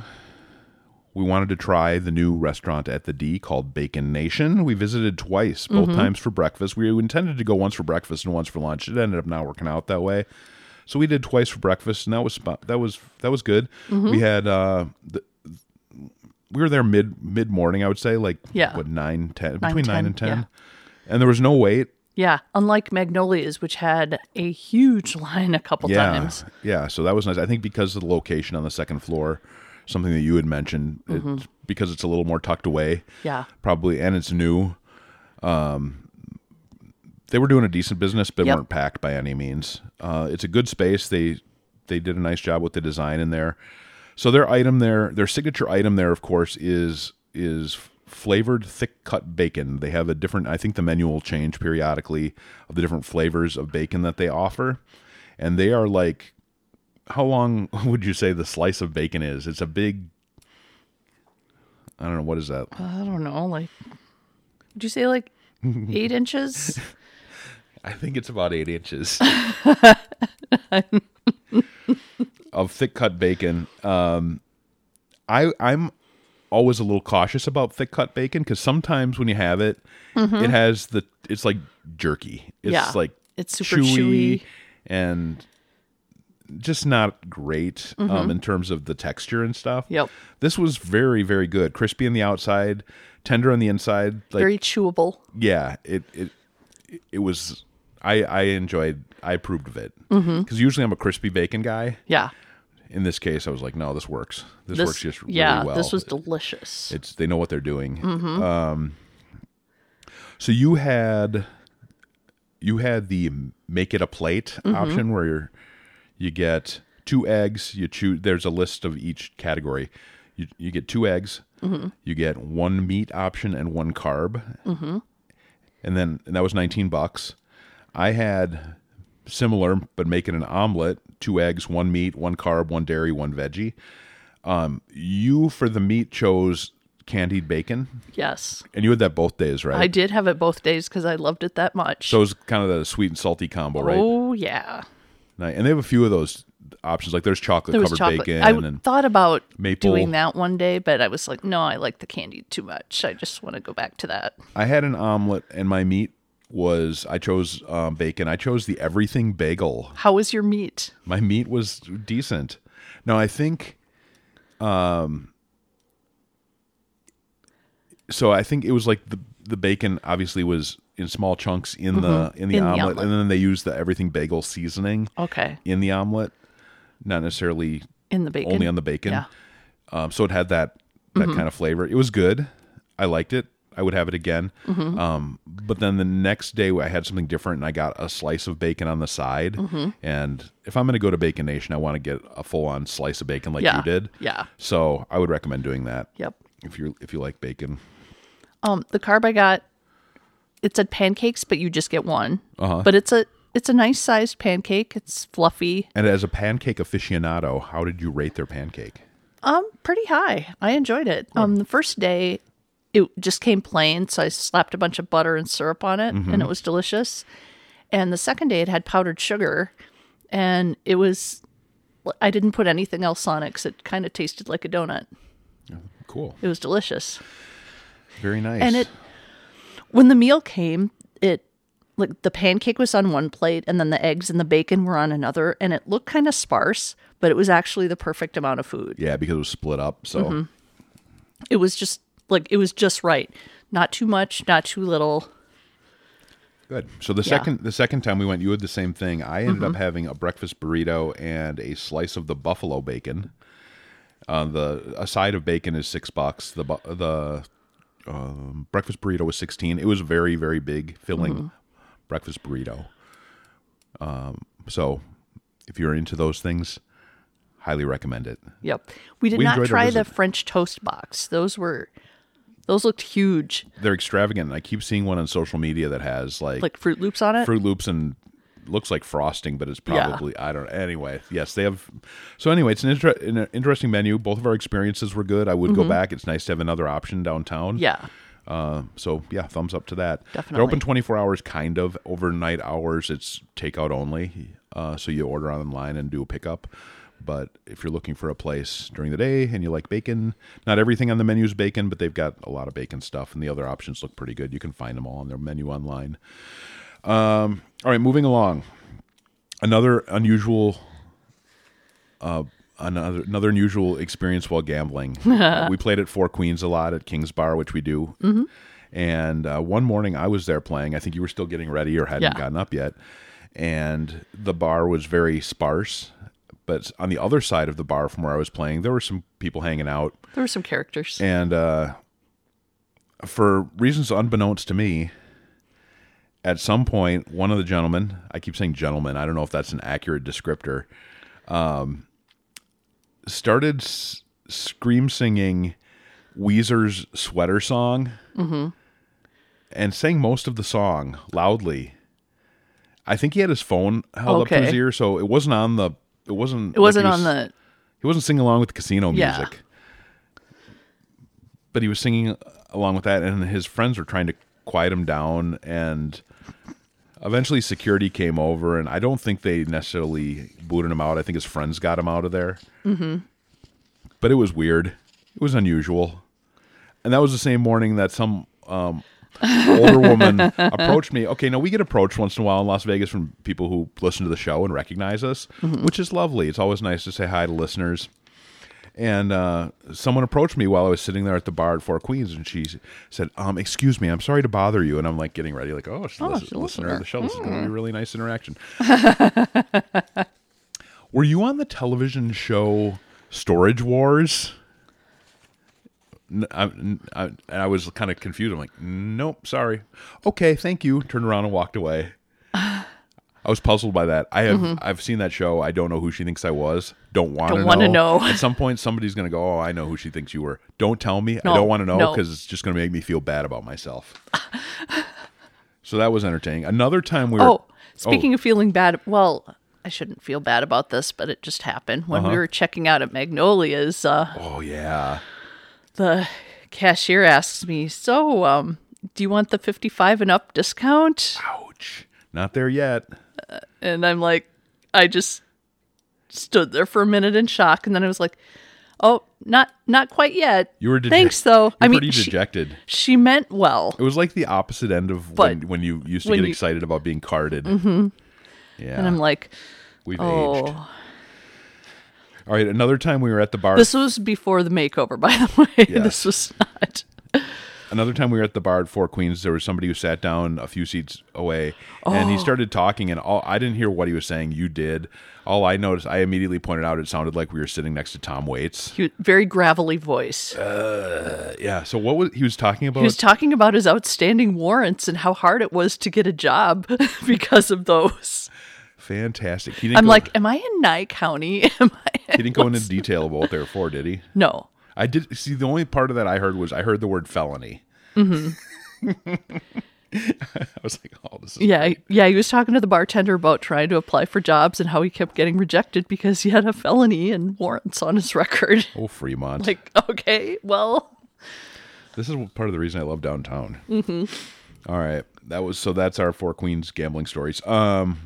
We wanted to try the new restaurant at the D called Bacon Nation. We visited twice, both
Mm-hmm.
times for breakfast. We intended to go once for breakfast and once for lunch. It ended up not working out that way. So we did twice for breakfast, and that was spo- that was that was good.
Mm-hmm.
We had uh, the, we were there mid mid morning, I would say, like
Yeah.
what nine ten between
10,
nine and ten,
yeah.
and there was no wait.
Yeah. Unlike Magnolias, which had a huge line a couple
yeah,
times.
yeah. So that was nice. I think because of the location on the second floor, something that you had mentioned, it's, because it's a little more tucked away,
Mm-hmm. Yeah.
probably, and it's new. Um, they were doing a decent business, but
Yep.
weren't packed by any means. Uh, it's a good space. They they did a nice job with the design in there. So their item there, their signature item there, of course, is is flavored thick cut bacon. They have a different. I think the menu will change periodically of the different flavors of bacon that they offer, and they are like, how long would you say the slice of bacon is? It's a big. I don't know what is that.
I don't know, like would you say like eight inches?
I think it's about eight inches of thick cut bacon. Um, I I'm always a little cautious about thick cut bacon because sometimes when you have it, it has the it's like jerky. It's
Mm-hmm. Yeah.
like
It's super chewy.
and just not great um, in terms of the texture and stuff.
Mm-hmm. Yep.
This was very very good, crispy on the outside, tender on the inside. Like
very chewable.
yeah it it it was i i enjoyed i approved of it because
Mm-hmm.
usually i'm a crispy bacon guy
Yeah.
in this case i was like no this works this, works just really
yeah,
well
this was delicious.
it's they know what they're doing um so you had you had the make it a plate option where you're, you get two eggs you choose there's a list of each category you, you get two eggs you get one meat option and one carb and then and that was 19 bucks i had similar but making an omelet two eggs one meat one carb one dairy one veggie um you for the meat chose candied bacon
yes.
and you had that both days right
I did have it both days because I loved it that much.
so it was kind of the sweet and salty combo right
Oh yeah,
Nice. and they have a few of those options like there's chocolate
there was
covered
chocolate.
bacon
I
and
thought about
maple.
doing that one day, but I was like, no, I like the candy too much. I just want to go back to that.
I had an omelet and my meat was I chose um, bacon. I chose the everything bagel.
How was your meat?
My meat was decent. Now I think, um, so I think it was like the the bacon obviously was in small chunks in the Mm-hmm. in the
In the
omelet, Oh.
omelet.
and then they used the everything bagel seasoning
Okay,
in the omelet, not necessarily
in the bacon.
only on the bacon.
Yeah. Mm-hmm.
Um, so it had that that kind of flavor. It was good. I liked it. I would have it again.
Mm-hmm.
Um, but then the next day I had something different and I got a slice of bacon on the side.
Mm-hmm.
And if I'm going to go to Bacon Nation, I want to get a full on slice of bacon like
Yeah.
you did.
Yeah.
So I would recommend doing that.
Yep.
If you if you like bacon,
Um, the carb I got it said pancakes, but you just get one. But it's a it's a nice sized pancake. It's fluffy.
And as a pancake aficionado, how did you rate their pancake?
Um, pretty high. I enjoyed it. Um, the first day, it just came plain, so I slapped a bunch of butter and syrup on it, and it was delicious. And the second day, it had powdered sugar, and it was. I didn't put anything else on it because it kind of tasted like a donut.
Cool.
It was delicious.
Very nice.
And it, when the meal came, it like the pancake was on one plate, and then the eggs and the bacon were on another, and it looked kind of sparse, but it was actually the perfect amount of food.
yeah, because it was split up. So
Mm-hmm. it was just like it was just right not too much not too little
good. So the second the second time we went, you had the same thing. I ended up having a breakfast burrito and a slice of the buffalo bacon. Uh, the a side of bacon is six bucks. The bu- the um, breakfast burrito was sixteen. It was a very very big filling breakfast burrito. Um, so if you're into those things, highly recommend it.
yep we did
We
not
enjoyed our
try the
visit.
french toast box those were those looked huge
They're extravagant. and I keep seeing one on social media that has like
like fruit loops on it
Fruit Loops and looks like frosting, but it's
Yeah.
probably I don't. Anyway, yes, they have. So anyway, it's an, inter- an interesting menu. Both of our experiences were good. I would go back. It's nice to have another option downtown.
Mm-hmm. yeah
Uh, so yeah, thumbs up to that. They're
Definitely.
open twenty four hours, kind of overnight hours. It's takeout only. Uh, so you order online and do a pickup. But if you're looking for a place during the day and you like bacon, not everything on the menu is bacon, but they've got a lot of bacon stuff, and the other options look pretty good. You can find them all on their menu online. Um, all right, moving along. Another unusual uh, another another unusual experience while gambling. we played at Four Queens a lot at King's Bar, which we do. And uh, one morning I was there playing. I think you were still getting ready or hadn't
Yeah.
gotten up yet. And the bar was very sparse. But on the other side of the bar from where I was playing, there were some people hanging out.
there were some characters
And uh, for reasons unbeknownst to me, at some point, one of the gentlemen, I keep saying gentleman, I don't know if that's an accurate descriptor, um, started s- scream singing Weezer's sweater song
Mm-hmm.
and sang most of the song loudly. I think he had his phone held up to his
Okay.
ear, so it wasn't on the. It wasn't.
it wasn't on the
He wasn't singing along with the casino
Yeah.
music. But he was singing along with that, and his friends were trying to quiet him down. And eventually, security came over, and I don't think they necessarily booted him out. I think his friends got him out of there. Mm-hmm. But it was weird. It was unusual. And that was the same morning that some um, older woman approached me. Okay, now we get approached once in a while in Las Vegas from people who listen to the show and recognize us,
Mm-hmm.
which is lovely. It's always nice to say hi to listeners. And uh, someone approached me while I was sitting there at the bar at Four Queens, and she said, um, "Excuse me, I'm sorry to bother you." And I'm like getting ready, like, "Oh, she's,
Oh,
lis-
she's a
listener, of
listener. Mm.
the show. This is going to be a really nice interaction." Were you on the television show Storage Wars? N- I, n- I, and I was kind of confused. I'm like, nope, sorry. Okay, thank you. Turned around and walked away. I was puzzled by that. I have I've seen that show. I don't know who she thinks I was. Don't want to
Mm-hmm. Don't wanna know.
At some point, somebody's going to go, "Oh, I know who she thinks you were." Don't tell me. I
No,
don't want to know
no.
because it's just going to make me feel bad about myself. so that was entertaining. Another time we were.
oh speaking of feeling bad well i shouldn't feel bad about this but it just happened when
Uh-huh.
we were checking out at magnolia's uh
Oh yeah.
the cashier asks me, "So, um, do you want the 55 and up discount?"
Ouch. Not there yet.
And I'm like, I just stood there for a minute in shock, and then I was like, "Oh, not not quite yet."
You were dejected.
thanks though. I mean,
pretty
she,
dejected.
she meant well.
It was like the opposite end of
But
when, when you used to
when
get
you- Mm-hmm.
excited about being carded. Yeah,
And I'm like,
we've
"Oh,
aged. All right, another time we were at the bar.
this was before the makeover, by the way.
Yes.
This was not."
another time we were at the bar at Four Queens. There was somebody who sat down a few seats away, and
Oh.
he started talking. And all I didn't hear what he was saying. You did. All I noticed, I immediately pointed out it sounded like we were sitting next to Tom Waits.
Cute, very gravelly voice.
Yeah. So what was he was talking about?
He was talking about his outstanding warrants and how hard it was to get a job because of those.
Fantastic. He didn't
I'm
go-
like, am I in Nye County? Am I?
he didn't go into detail about what they were for, did he?
No.
I did see the only part of that I heard was I heard the word felony. I was like, oh, this is
Mm-hmm. Yeah, yeah, he was talking to the bartender about trying to apply for jobs and how he kept getting rejected because he had a felony and warrants on his record.
oh Fremont.
Like, okay, well, oh
This is part of the reason I love downtown. Mm-hmm. right, that was so. That's our four queens gambling stories. Um,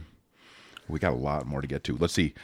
we got a lot more to get to. Let's see.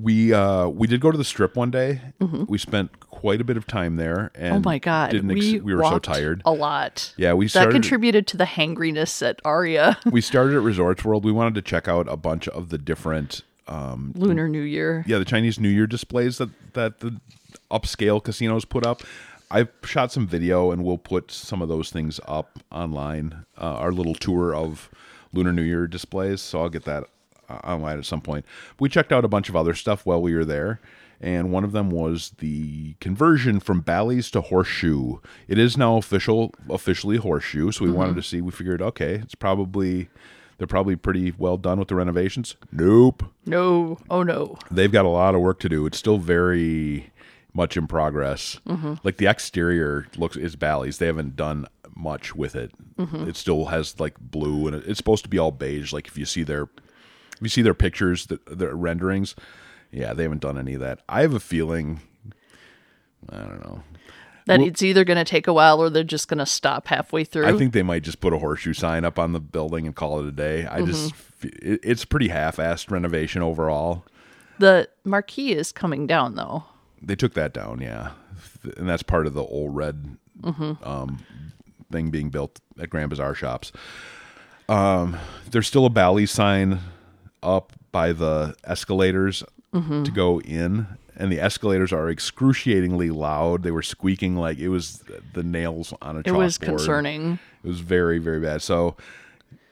We uh we did go to the strip one day. We spent quite a bit of time there, and
Mm-hmm. oh my god,
didn't ex- we were so
walked
tired.
A lot.
Yeah, we
that
started-
contributed to the hangriness at Aria
We started at Resorts World. We wanted to check out a bunch of the different
Lunar New Year.
yeah the Chinese New Year displays that that the upscale casinos put up. I shot some video and we'll put some of those things up online. Uh, our little tour of Lunar New Year displays, so I'll get that uh, online at some point. We checked out a bunch of other stuff while we were there, and one of them was the conversion from Bally's to Horseshoe. It is now official, officially Horseshoe. So we wanted to see. We figured, okay, it's probably they're probably pretty well done with the renovations. Nope
No, oh no.
they've got a lot of work to do. It's still very much in progress. Like the exterior looks is Bally's. They haven't done much with it. It still has like blue and it- it's supposed to be all beige. Like if you see their if you see their pictures, th- their renderings, yeah, they haven't done any of that. I have a feeling I don't know.
That it's either going to take a while or they're just going to stop halfway through.
I think they might just put a horseshoe sign up on the building and call it a day. I just f just it's pretty half-assed renovation overall.
the marquee is coming down though.
they took that down, yeah, and that's part of the old red
Mm-hmm.
um, thing being built at Grand Bazaar shops. Um, there's still a Bally sign up by the escalators
Mm-hmm.
to go in, and the escalators are excruciatingly loud. They were squeaking like it was the nails on a.
It was
chalkboard.
concerning.
It was very very bad. So,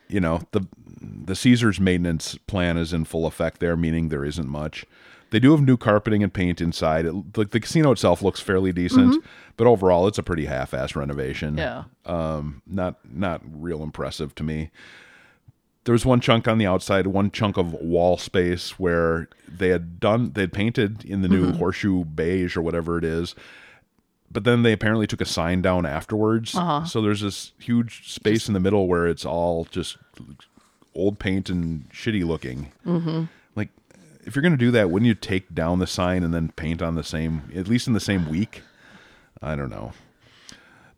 you know the the Caesars maintenance plan is in full effect there, meaning there isn't much. They do have new carpeting and paint inside. It, the, the casino itself looks fairly decent, but overall it's a pretty half-ass renovation.
Yeah.
um, not not real impressive to me. There was one chunk on the outside, one chunk of wall space where they had done they had painted in the new horseshoe beige or whatever it is, but then they apparently took a sign down afterwards. So there's this huge space in the middle where it's all just old paint and shitty looking. Mm-hmm. Like, if you're gonna do that, wouldn't you take down the sign and then paint on the same, at least in the same week? I don't know.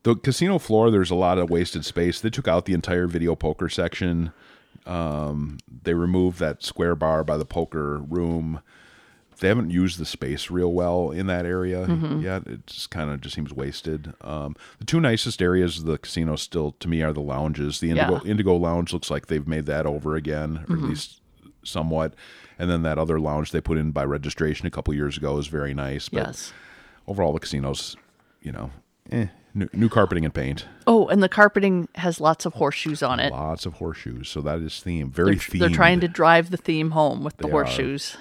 The casino floor, there's a lot of wasted space. They took out the entire video poker section. Um, they removed that square bar by the poker room they haven't used the space real well in that area
Mm-hmm.
yet. It just kind of just seems wasted. Um, the two nicest areas of the casino still to me are the lounges. The Indigo,
Yeah. Mm-hmm.
Indigo Lounge looks like they've made that over again, or at least somewhat. And then that other lounge they put in by registration a couple years ago is very nice. But
Yes.
overall, the casinos, you know, eh, new, new carpeting and paint,
Oh, and the carpeting has lots of horseshoes on it.
lots of horseshoes. So that is theme very
Eh. They're,
themed.
they're trying to drive the theme home with the
They are.
horseshoes.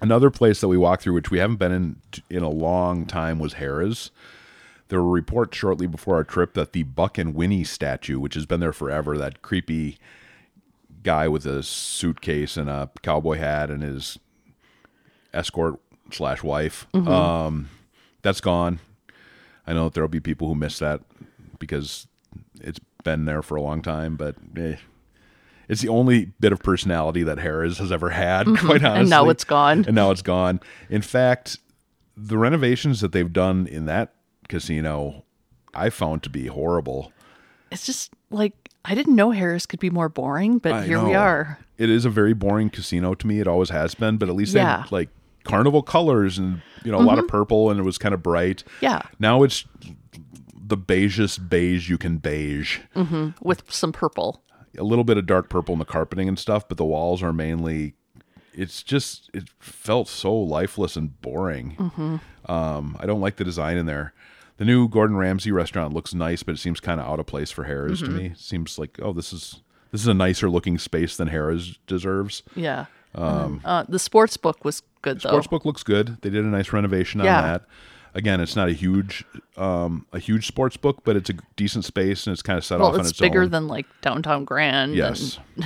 Another place that we walked through, which we haven't been in in a long time, was Harrah's. There were reports shortly before our trip that the Buck and Winnie statue, which has been there forever, that creepy guy with a suitcase and a cowboy hat and his escort slash wife,
Mm-hmm.
um, that's gone. I know that there'll be people who miss that because it's been there for a long time, but eh. it's the only bit of personality that Harris has ever had, quite honestly.
Mm-hmm. And now it's gone.
And now it's gone. In fact, the renovations that they've done in that casino, I found to be horrible.
It's just like I didn't know Harris could be more boring, but
I
here we
know.
are.
It is a very boring casino to me. It always has been, but at least
Yeah. Mm-hmm.
they like carnival colors and you know a lot of purple and it was kind of bright.
Yeah.
Now it's the beigest beige you can beige.
With some purple.
A little bit of dark purple in the carpeting and stuff, but the walls are mainly. It's just it felt so lifeless and boring.
Mm-hmm.
Um, I don't like the design in there. The new Gordon Ramsay restaurant looks nice, but it seems kind of out of place for Harrah's
Mm-hmm.
to me. It seems like oh, this is this is a nicer looking space than Harrah's deserves.
Yeah. Um, uh, the sports book was good though.
Sportsbook looks good. They did a nice renovation on
Yeah.
that. Again, it's not a huge um, a huge sports book, but it's a decent space and it's kind of set
well,
off on
it's,
its,
bigger
own.
than like downtown Grand. and-
yes,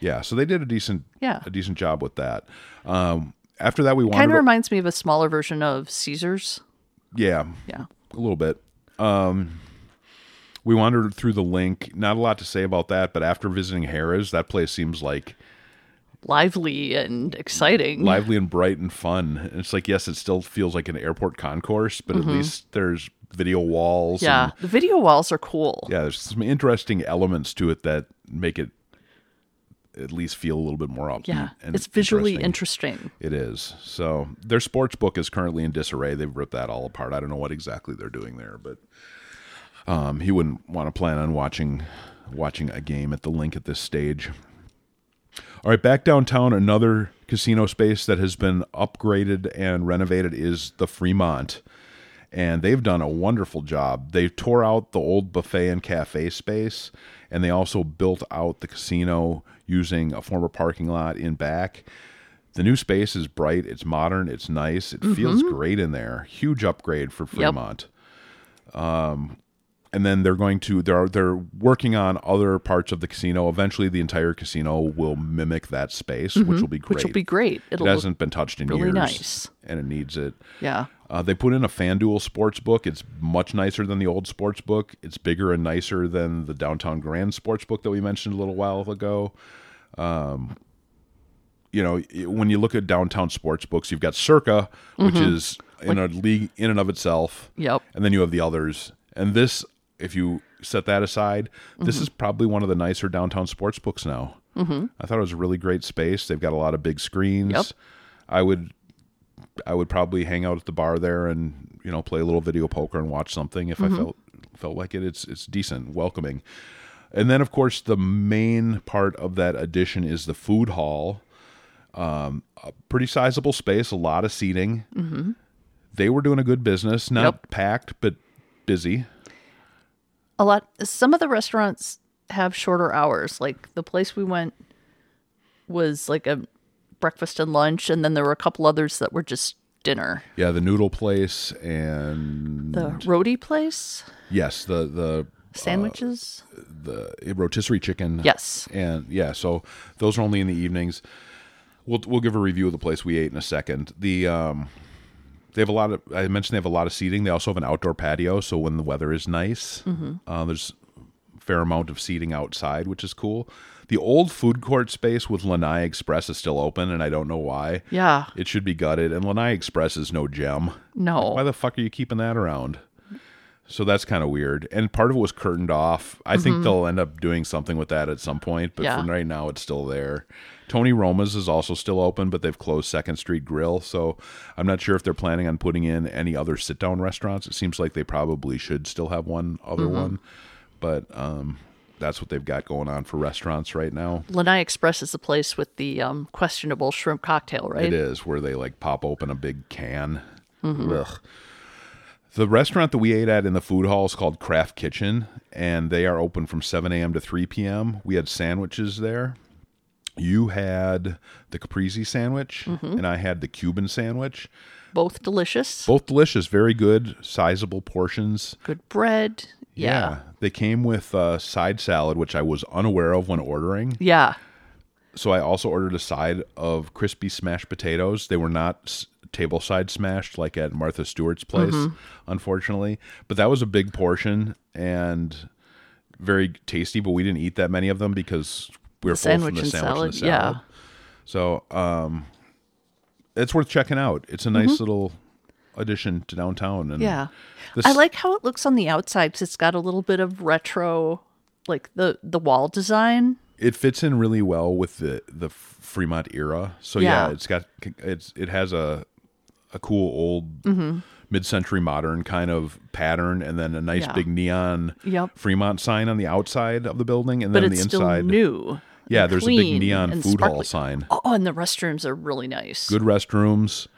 yeah. So they did a decent
Yeah.
a decent job with that. Um, after that, we wanted
Kind of
to-
reminds me of a smaller version of Caesars.
yeah
Yeah.
a little bit. Um, We wandered through the link. Not a lot to say about that, but after visiting Harrah's, that place seems like
Lively and exciting.
lively and bright and fun. And it's like, yes, it still feels like an airport concourse, but at least there's video walls.
Mm-hmm. yeah.
And,
The video walls are cool.
yeah, there's some interesting elements to it that make it at least feel a little bit more upbeat.
Yeah,
and
it's visually
interesting.
interesting.
It is. So their sports book is currently in disarray. They've ripped that all apart. I don't know what exactly they're doing there, but um, he wouldn't want to plan on watching watching a game at the link at this stage. All right, back downtown, another casino space that has been upgraded and renovated is the Fremont. And they've done a wonderful job. They tore out the old buffet and cafe space, and they also built out the casino using a former parking lot in back. The new space is bright, it's modern, it's nice, it feels great in there. Huge upgrade for Fremont and then they're going to they're they're working on other parts of the casino. Eventually, the entire casino will mimic that space, which will be great.
Mm-hmm. Which will be great. It'll
it
look
hasn't been touched in
really
years,
nice.
and it needs it.
Yeah.
Uh, they put in a FanDuel sports book. It's much nicer than the old sports book. It's bigger and nicer than the downtown Grand sports book that we mentioned a little while ago. Um, you know, it- when you look at downtown sports books, you've got Circa, which is in a league in and of itself.
Mm-hmm. Yep.
And then you have the others. And this, if you set that aside, this is probably one of the nicer downtown sports books now. Mm-hmm. I thought it was a really great space. They've got a lot of big screens.
Yep.
I would I would probably hang out at the bar there and you know play a little video poker and watch something if I felt felt like it. It's it's decent, welcoming. And then of course the main part of that addition is the food hall. Um, a pretty sizable space, a lot of seating. Mm-hmm. They were doing a good business, not
Yep.
packed but busy.
a lot some of the restaurants have shorter hours like the place we went was like a breakfast and lunch and then there were a couple others that were just dinner
Yeah, the noodle place and
the roadie place
yes, the the
sandwiches
uh, rotisserie chicken.
Yes.
And yeah, so those are only in the evenings. We'll we'll give a review of the place we ate in a second. The um they have a lot of I mentioned they have a lot of seating. They also have an outdoor patio, so when the weather is nice,
Mm-hmm.
uh, there's a fair amount of seating outside, which is cool. The old food court space with Lanai Express is still open, and I don't know why.
yeah
It should be gutted, and Lanai Express is no gem. Why
no
the fuck are you keeping that around? So that's kind of weird. And part of it was curtained off. I think they'll end up doing something with that at some point, but
Yeah.
for right now, it's still there. Tony Roma's is also still open, but they've closed Second Street Grill. So I'm not sure if they're planning on putting in any other sit down restaurants. It seems like they probably should still have one other one, but um, that's what they've got going on for restaurants right now.
lanai express is the place with the um, questionable shrimp cocktail right
It is where they like pop open a big can. Ugh. The restaurant that we ate at in the food hall is called Craft Kitchen, and they are open from 7 a.m. to 3 p.m. We had sandwiches there. You had the caprese sandwich,
Mm-hmm.
and I had the Cuban sandwich.
both delicious
Both delicious, very good, sizable portions.
good bread yeah
They came with uh, side salad, which I was unaware of when ordering.
yeah
So I also ordered a side of crispy smashed potatoes. They were not s- table side smashed like at Martha Stewart's place,
Mm-hmm.
unfortunately. But that was a big portion and very tasty. But we didn't eat that many of them because we were full from
sandwich
the
and
sandwich and the
salad, yeah.
salad. So um, it's worth checking out. It's a nice little addition to downtown. And
Mm-hmm. yeah
this-
i like how it looks on the outside because it's got a little bit of retro like the the wall design
it fits in really well with the the Fremont era. So yeah,
Yeah.
it's got it's it has a a cool old
Mm-hmm.
mid-century modern kind of pattern, and then a nice
Yeah.
big neon
Yep.
Fremont sign on the outside of the building, and
but
then
it's
the
still
inside.
new.
yeah,
and
there's a big
clean
neon
and
food hall
sparkly.
sign.
Oh, and the restrooms are really nice.
Good restrooms.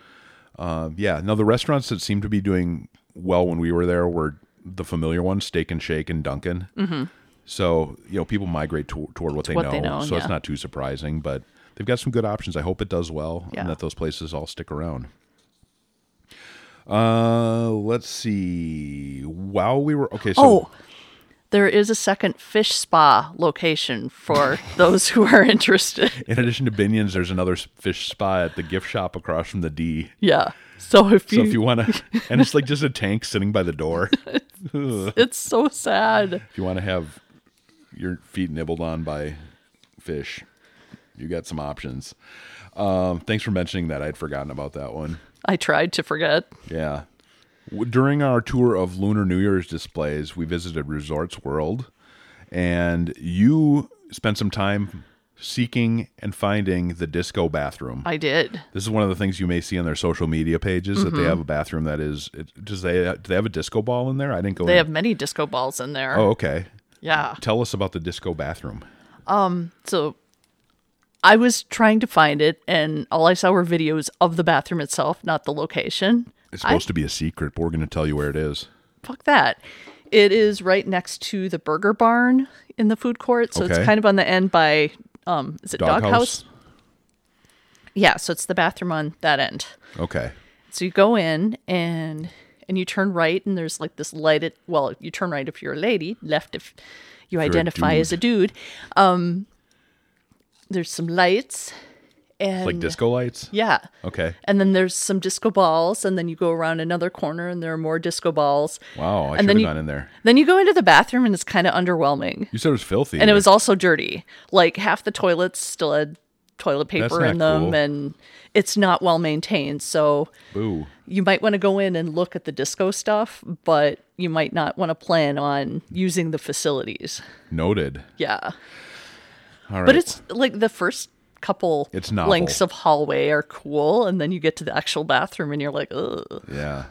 Uh, yeah. Now the restaurants that seemed to be doing well when we were there were the familiar ones, Steak and Shake and Dunkin'. Mm-hmm. So you know, people migrate to- toward what, they,
what
know,
they know,
so it's
yeah.
not too surprising. But they've got some good options. I hope it does well,
Yeah.
and that those places all stick around. Uh, let's see. While we were okay, so
oh, There is a second fish spa location for those who are interested.
In addition to Binion's, there's another s- fish spa at the gift shop across from the D.
Yeah. So if
So
you,
if you want to, and it's like just a tank sitting by the door.
it's so sad.
If you want to have your feet nibbled on by fish, you got some options. Um, thanks for mentioning that. I'd forgotten about that one.
I tried to forget.
Yeah. W- During our tour of Lunar New Year's displays, we visited Resorts World, and you spent some time seeking and finding the disco bathroom.
I did.
This is one of the things you may see on their social media pages that
Mm-hmm.
they have a bathroom that is. It, does they do they have a disco ball in there? I didn't go.
They
in-
have many disco balls in there.
Oh, okay.
Yeah.
Tell us about the disco bathroom.
So I was trying to find it, and all I saw were videos of the bathroom itself, not the location.
It's
I-
supposed to be a secret, but we're going to tell you where it is.
Fuck that. It is right next to the Burger Barn in the food court. So
Okay.
it's kind of on the end by, um, is it Doghouse?
Doghouse.
Yeah. So it's the bathroom on that end.
Okay.
So you go in and and you turn right, and there's like this lighted. Well, you turn right if you're a lady, left if you identify as a dude. Um, there's some lights, and
Like disco lights.
Yeah.
Okay.
And then there's some disco balls, and then you go around another corner, and there are more disco balls.
Wow. I
and
should
then
have
you,
gone in there.
Then you go into the bathroom, and it's kind of underwhelming.
You said it was filthy.
And it was also dirty. Like half the toilets still had toilet paper
not
in them,
cool.
and it's not well maintained. So
boo.
you might want to go in and look at the disco stuff, but you might not want to plan on using the facilities.
Noted.
Yeah.
All right.
But it's like the first couple
It's novel.
lengths of hallway are cool, and then you get to the actual bathroom and you're like, ugh.
yeah.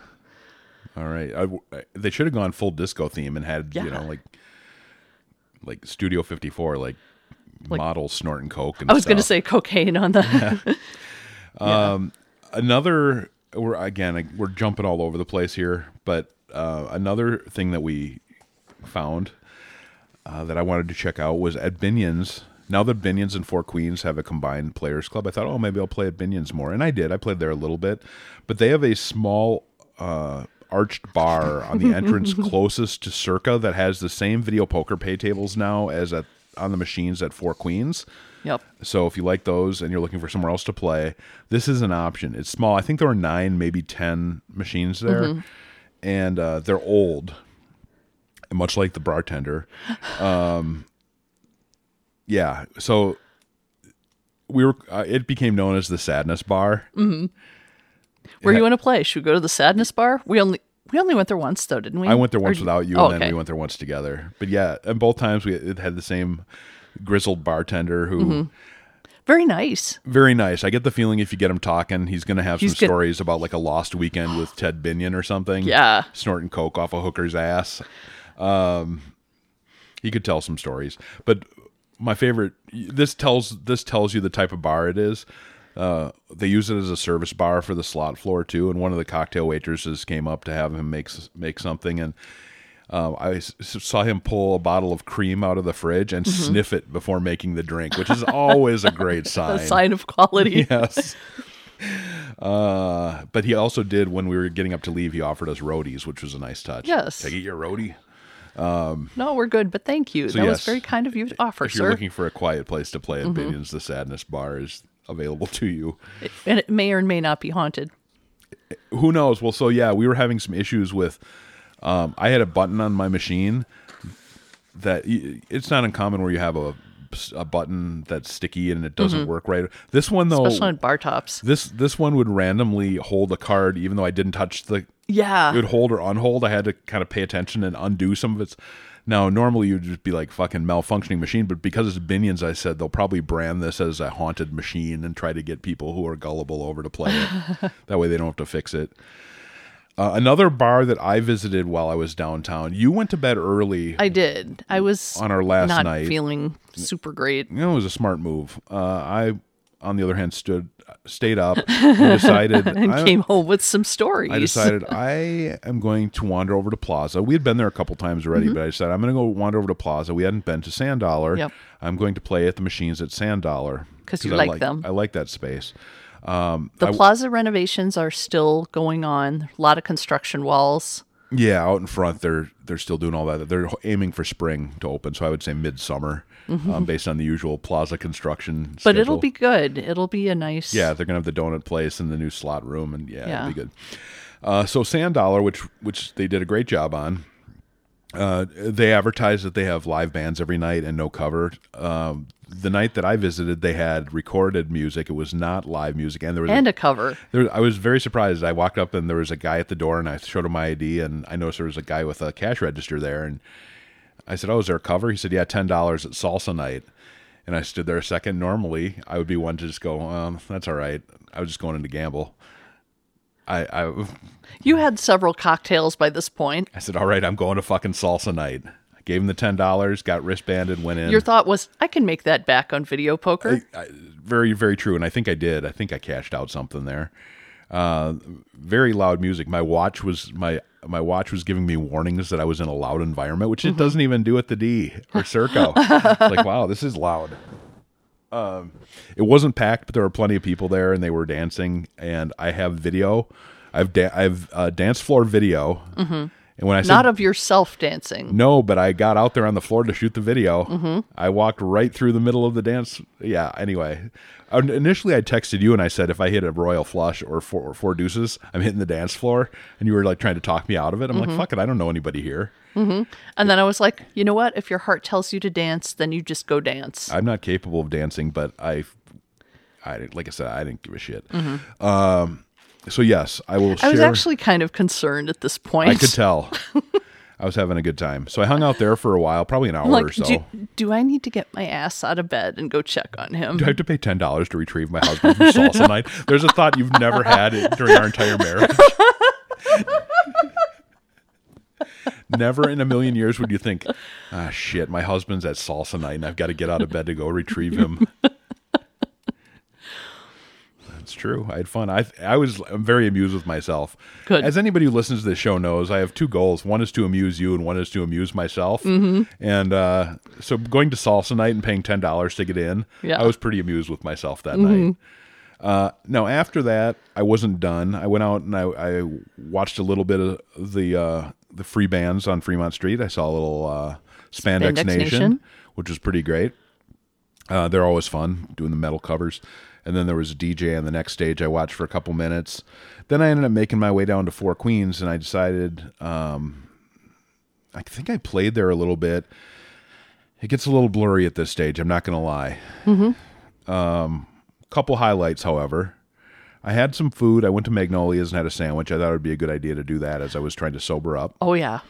All right. I w I they should have gone full disco theme and had you
Yeah.
know like like Studio 54 like, models snorting coke. And
I was going to
stuff.
say cocaine on that.
another we're again like, we're jumping all over the place here but uh, another thing that we found uh, that i wanted to check out was at binion's now that binion's and four queens have a combined players club i thought oh maybe i'll play at binion's more and i did i played there a little bit but they have a small uh, arched bar on the entrance closest to circa that has the same video poker pay tables now as at on the machines at four queens
yep.
so if you like those and you're looking for somewhere else to play, this is an option. It's small. I think there are nine, maybe ten machines there,
Mm-hmm.
and uh, they're old, much like the bartender. Um, yeah. So we were. Uh, it became known as the Sadness Bar.
Mm-hmm. Where you want to play? Should we go to the sadness bar? We only we only went there once though, didn't we?
I went there once
Or-
without you,
Oh,
and then
okay.
we went there once together. But yeah, and both times we it had the same grizzled bartender who.
Mm-hmm. Very nice.
very nice. I get the feeling if you get him talking, he's going to have some
He's good.
stories about like a lost weekend with Ted Binion or something.
Yeah.
Snorting coke off a hooker's ass. Um, he could tell some stories. But my favorite this tells this tells you the type of bar it is. Uh, they use it as a service bar for the slot floor too, and one of the cocktail waitresses came up to have him make s- make something, and um, I s- saw him pull a bottle of cream out of the fridge and
Mm-hmm.
sniff it before making the drink, which is always a great
A sign of quality.
yes. Uh, but he also did when we were getting up to leave. He offered us roadies, which was a nice touch.
Yes.
take it your roadie.
No, we're good, but thank you.
So
that
yes,
was very kind of you to offer,
If you're
sir.
looking for a quiet place to
Mm-hmm.
play at Binion's, the Sadness Bar is available to you.
and it may or may not be haunted.
Who knows? Well, so yeah, we were having some issues with. Um, I had a button on my machine that y- it's not uncommon where you have a a button that's sticky and it doesn't work right. This one though,
Mm-hmm. Especially on bar tops.
this this one would randomly hold a card even though I didn't touch the
Yeah.
it would hold or unhold. I had to kind of pay attention and undo some of its. Now, normally you'd just be like fucking malfunctioning machine, but because it's Binions, I said they'll probably brand this as a haunted machine and try to get people who are gullible over to play it. that way they don't have to fix it. Uh, another bar that I visited while I was downtown. You went to bed early.
I did. I was
On our last
not
night- Mm,
feeling super great.
you know, it was a smart move. Uh, I, on the other hand, stood stayed up and decided
And
I-
came home with some stories.
I decided I am going to wander over to Plaza. We had been there a couple times already, but I decided I'm going to go wander over to Plaza. We hadn't been to Sand Dollar.
Mm-hmm. Yep.
I'm going to play at the machines at Sand Dollar
'Cause you
I
like them.
I like that space.
the plaza renovations are still going on. A lot of construction walls.
Yeah, out in front, they're they're still doing all that. They're aiming for spring to open, so I would say midsummer, um, based on the usual plaza construction.
Mm-hmm. But it'll
schedule.
be good. It'll be a nice.
Yeah, they're gonna have the donut place and the new slot room, and yeah,
Yeah.
it'll be good. Uh, so Sand Dollar, which which they did a great job on, uh, they advertise that they have live bands every night and no cover. Um, the night that I visited, they had recorded music. It was not live music, and there was
And
a,
a cover.
there, I was very surprised. I walked up and there was a guy at the door, and I showed him my ID, and I noticed there was a guy with a cash register there, and I said, "Oh, is there a cover?" He said, "Yeah, ten dollars at salsa night." And I stood there a second. Normally, I would be one to just go, um, "That's all right." I was just going in to gamble. I, I,
You had several cocktails by this point.
I said, "All right, I'm going to fucking salsa night." I gave him the ten dollars, got wristbanded, went in.
Your thought was, I can make that back on video poker.
very very true and i think i did i think i cashed out something there uh very loud music my watch was my my watch was giving me warnings that i was in a loud environment which it doesn't even do at the d or circo It's like wow this is loud um it wasn't packed but there were plenty of people there and they were dancing and i have video i've da- i've uh, dance floor video and when i said Mm.
Not of yourself dancing.
no, but I got out there on the floor to shoot the video.
Mm-hmm.
I walked right through the middle of the dance. Yeah. Anyway, Un- initially I texted you and I said if I hit a royal flush or four, or four deuces, I'm hitting the dance floor. And you were like trying to talk me out of it. I'm
Mm-hmm.
like, fuck it, I don't know anybody here.
And then I was like, you know what? If your heart tells you to dance, then you just go dance.
I'm not capable of dancing, but I, I didn't- like I said, I didn't give a shit. Um, so yes, I will. Share.
Mm-hmm. I was actually kind of concerned at this point.
I could tell. I was having a good time, so I hung out there for a while, probably an hour
I'm like,
or so.
do, do I need to get my ass out of bed and go check on him?
Do I have to pay ten dollars to retrieve my husband from salsa night? There's a thought you've never had during our entire marriage. never in a million years would you think, ah, shit, my husband's at salsa night, and I've got to get out of bed to go retrieve him. That's true. I had fun. I I was I'm very amused with myself.
Good.
As anybody who listens to this show knows, I have two goals. One is to amuse you, and one is to amuse myself. Mm-hmm. And uh, so, going to salsa night and paying ten dollars to get in,
Yeah. Mm-hmm.
I was pretty amused with myself that night. Uh, now after that, I wasn't done. I went out and I, I watched a little bit of the uh, the free bands on Fremont Street. I saw a little uh, Spandex,
Spandex
Nation,
Nation.
which was pretty great. Uh, they're always fun doing the metal covers. And then there was a DJ on the next stage I watched for a couple minutes. Then I ended up making my way down to Four Queens and I decided um, I think I played there a little bit. It gets a little blurry at this stage, I'm not going to lie. Couple highlights, however. I had some food. I went to Magnolia's and had a sandwich. I thought it would be a good idea to do that as I was trying to sober up.
oh, yeah.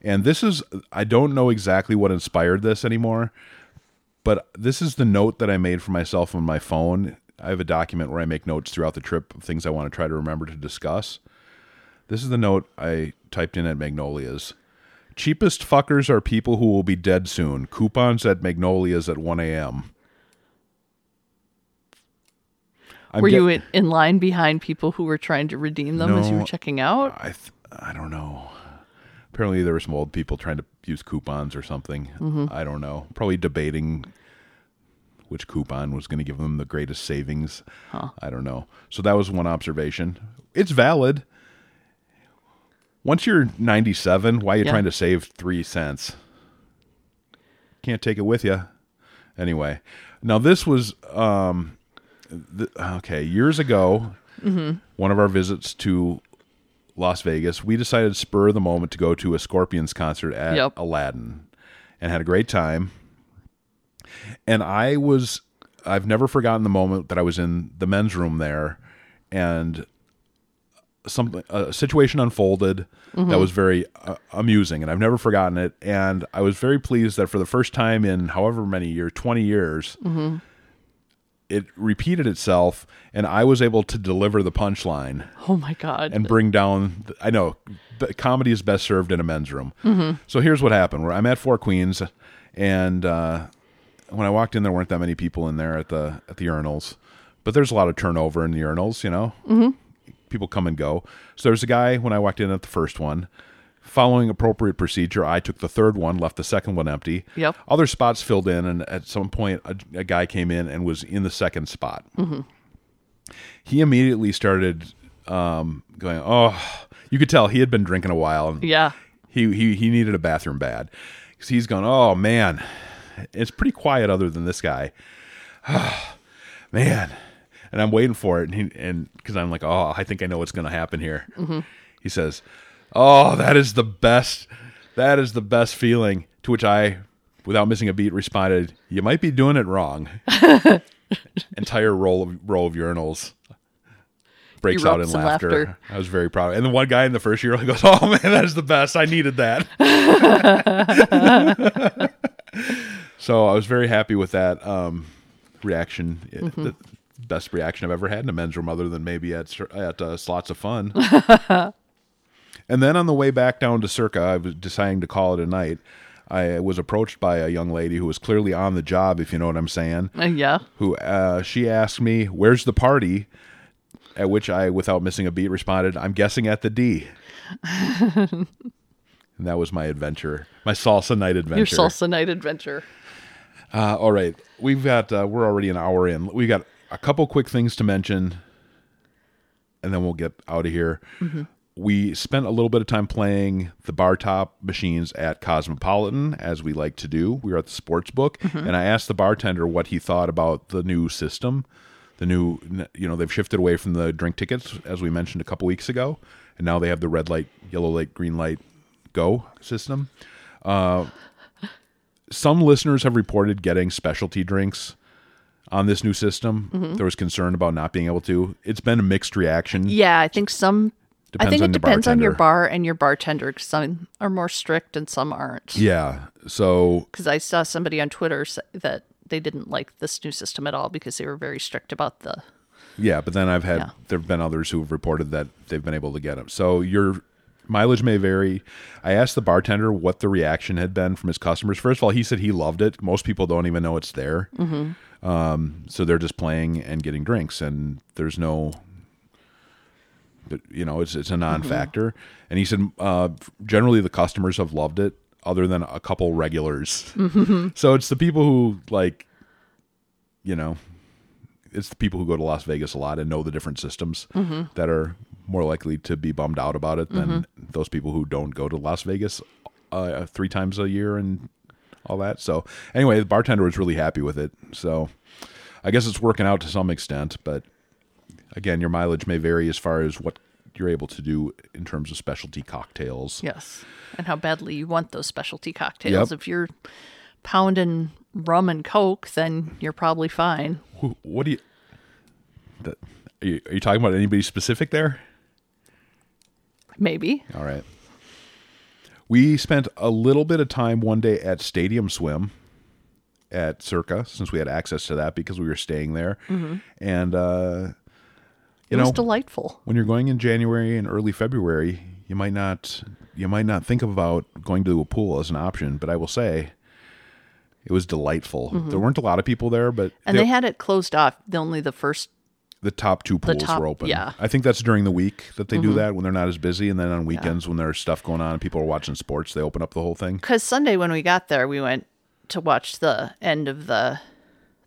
And this is, I don't know exactly what inspired this anymore, but this is the note that I made for myself on my phone. I have a document where I make notes throughout the trip of things I want to try to remember to discuss. This is the note I typed in at Magnolia's. Cheapest fuckers are people who will be dead soon. Coupons at Magnolia's at 1 a.m. I'm
Were
get-
you in, in line behind people who were trying to redeem them as you were
No, Uh,
checking out?
I th- I don't know. Apparently, there were some old people trying to use coupons or something. I don't know. Probably debating which coupon was going to give them the greatest savings. I don't know. So that was one observation. It's valid. Once you're 97, why are you
Yeah.
trying to save three cents? Can't take it with you. Anyway, now this was um, th- okay years ago. One of our visits to Las Vegas, we decided spur of the moment to go to a Scorpions concert at
Yep.
Aladdin, and had a great time. And I was, I've never forgotten the moment that I was in the men's room there, and something a situation unfolded that was very uh, amusing and i've never forgotten it and i was very pleased that for the first time in however many years 20 years it repeated itself and i was able to deliver the punchline
oh, my God.
and bring down. th- I know b- comedy is best served in a men's room.
Mm-hmm.
So here's what happened: where I'm at Four Queens, and uh, when I walked in, there weren't that many people in there at the at the urinals, but there's a lot of turnover in the urinals. You know, mm-hmm. people come and go. So there's a guy when I walked in at the first one. Following appropriate procedure, I took the third one, left the second one empty.
Yep.
Other spots filled in, and at some point, a, a guy came in and was in the second spot he immediately started um, going, "Oh, You could tell he had been drinking a while. And
Yeah.
He he he needed a bathroom bad because he's gone. Oh man, it's pretty quiet other than this guy. man, and I'm waiting for it, and he, and because I'm like, oh, I think I know what's going to happen here. He says, "Oh, that is the best. That is the best feeling." To which I, without missing a beat, responded, "You might be doing it wrong." Entire roll of row of urinals breaks out in
Erupts in
laughter.
laughter.
I was very proud. And the one guy in the first year goes, "Oh man, that is the best. I needed that." so I was very happy with that um, reaction. It-
Mm-hmm.
the best reaction I've ever had in a men's room, other than maybe at Cir- at uh, slots of fun. And then on the way back down to Circa, I was deciding to call it a night. I was approached by a young lady who was clearly on the job, if you know what I'm saying.
Uh, yeah.
Who uh, she asked me, "Where's the party?" At which I, without missing a beat, responded, "I'm guessing at the D." and that was my adventure, my salsa night adventure.
Your salsa night adventure.
Uh, all right, we've got uh, we're already an hour in. We got a couple quick things to mention, and then we'll get out of here. We spent a little bit of time playing the bar top machines at Cosmopolitan, as we like to do. We were at the sports book, and I asked the bartender what he thought about the new system. The new, you know, they've shifted away from the drink tickets, as we mentioned a couple weeks ago, and now they have the red light, yellow light, green light, go system Uh, some listeners have reported getting specialty drinks on this new system. There was concern about not being able to. It's been a mixed reaction.
Yeah, I think some. I
Depends
think
on
it
the
depends on your
bartender.
bar and your bartender. 'cause some are more strict and some aren't.
Yeah. So
Because I saw somebody on Twitter say that they didn't like this new system at all because they were very strict about the.
yeah, but then I've had
Yeah.
there have been others who have reported that they've been able to get them. So your mileage may vary. I asked the bartender what the reaction had been from his customers. First of all, he said he loved it. Most people don't even know it's there. Um, so they're just playing and getting drinks, and there's no but, you know it's it's a non-factor and he said uh, generally the customers have loved it other than a couple regulars so it's the people who like you know it's the people who go to las vegas a lot and know the different systems that are more likely to be bummed out about it than those people who don't go to las vegas uh, three times a year and all that so anyway the bartender was really happy with it so i guess it's working out to some extent but again, your mileage may vary as far as what you're able to do in terms of specialty cocktails.
Yes. And how badly you want those specialty cocktails.
Yep.
If you're pounding rum and coke, then you're probably fine.
Who- What do you, the, are you? Are you talking about anybody specific there?
Maybe.
All right. We spent a little bit of time one day at Stadium Swim at Circa since we had access to that because we were staying there, and uh, you
Mm-hmm. it was
know
delightful.
when you're going in January and early February, you might not you might not think about going to a pool as an option, but I will say it was delightful. There weren't a lot of people there, but
Mm-hmm. And
the,
they had it closed off. The only the first.
the top two pools
top-
were open.
yeah. Mm-hmm.
I think that's during the week that they do that when they're not as busy and then on weekends when there's stuff going on and people are watching sports, they open up the whole thing.
Because Sunday when we got there, we went to watch the end of the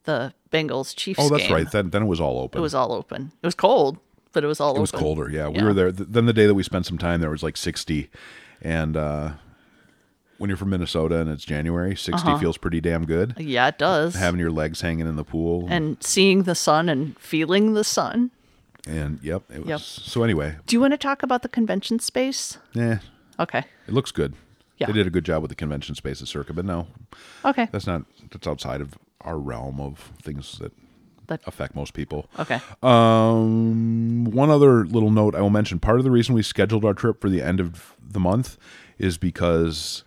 the Bengals Chiefs.
Oh, that's
game.
right. Then then it was all open.
It was all open. It was cold, but it was all open.
It was colder. Yeah, we
Yeah.
were there. Th- Then the day that we spent some time there was like 60, and uh, when you're from Minnesota and it's January, 60
Uh-huh.
feels pretty damn good.
Yeah, it does.
having your legs hanging in the pool and,
and seeing the sun and feeling the sun.
yep it was
Yep.
so anyway
Do you want to talk about the convention space?
eh,
Okay.
it looks good
Yeah.
they did a good job with the convention space at circa but no
Okay.
that's not that's outside of our realm of things that
That-
affect most people
okay.
Um, one other little note I will mention. Part of the reason we scheduled our trip for the end of the month is because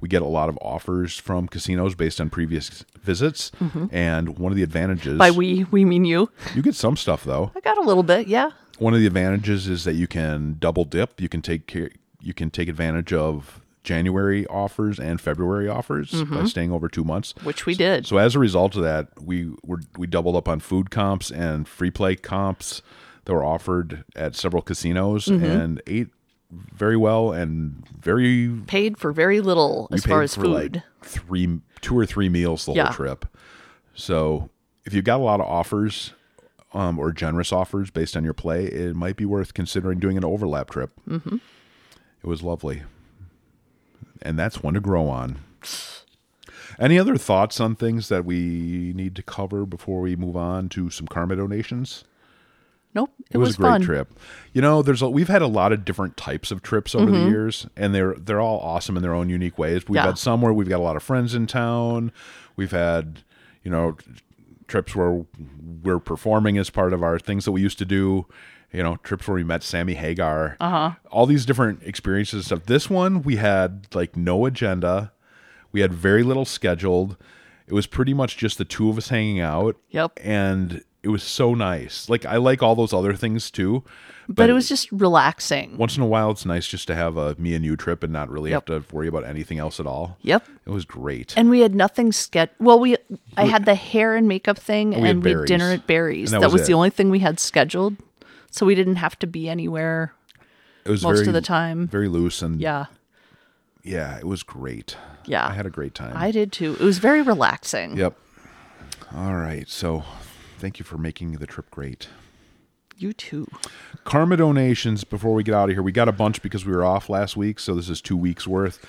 we get a lot of offers from casinos based on previous visits, and one of the advantages
Mm-hmm. By we, we mean you.
you get some stuff though.
I got a little bit, yeah.
One of the advantages is that you can double dip. You can take care. You can take advantage of January offers and February offers by staying over two months.
Mm-hmm. Which we did.
So as a result of that, we were we doubled up on food comps and free play comps that were offered at several casinos and ate very well and very we
paid for very little as far
paid
as
for,
food.
like three two or three meals the
Yeah.
whole trip. So if you got a lot of offers um, or generous offers based on your play, it might be worth considering doing an overlap trip. Mm-hmm. It was lovely. And that's one to grow on. Any other thoughts on things that we need to cover before we move on to some karma donations?
Nope. It,
It was, a great
fun.
trip. You know, there's a, we've had a lot of different types of trips over the years, and they're they're all awesome in their own unique ways. We've
Yeah.
had some where we've got a lot of friends in town. We've had, you know, trips where we're performing as part of our things that we used to do. You know, trips where we met Sammy Hagar. Uh-huh. All these different experiences and stuff. This one we had like no agenda. We had very little scheduled. It was pretty much just the two of us hanging out.
Yep.
And it was so nice. Like I like all those other things too.
But, it was just relaxing.
once in a while it's nice just to have a me and you trip and not really
Yep.
have to worry about anything else at all.
Yep.
It was great.
And we had nothing sketch. Well, we I had the hair and makeup thing,
had
and we had
berries.
dinner at Berries.
And
that,
that was
was, the
it.
only thing we had scheduled, so we didn't have to be anywhere.
it was
most
very,
of the time.
Very loose and
Yeah,
yeah, it was great.
Yeah.
I had a great time.
I did too. It was very relaxing.
Yep. All right. So thank you for making the trip great.
You too.
karma donations before we get out of here. We got a bunch because we were off last week, so this is two weeks worth.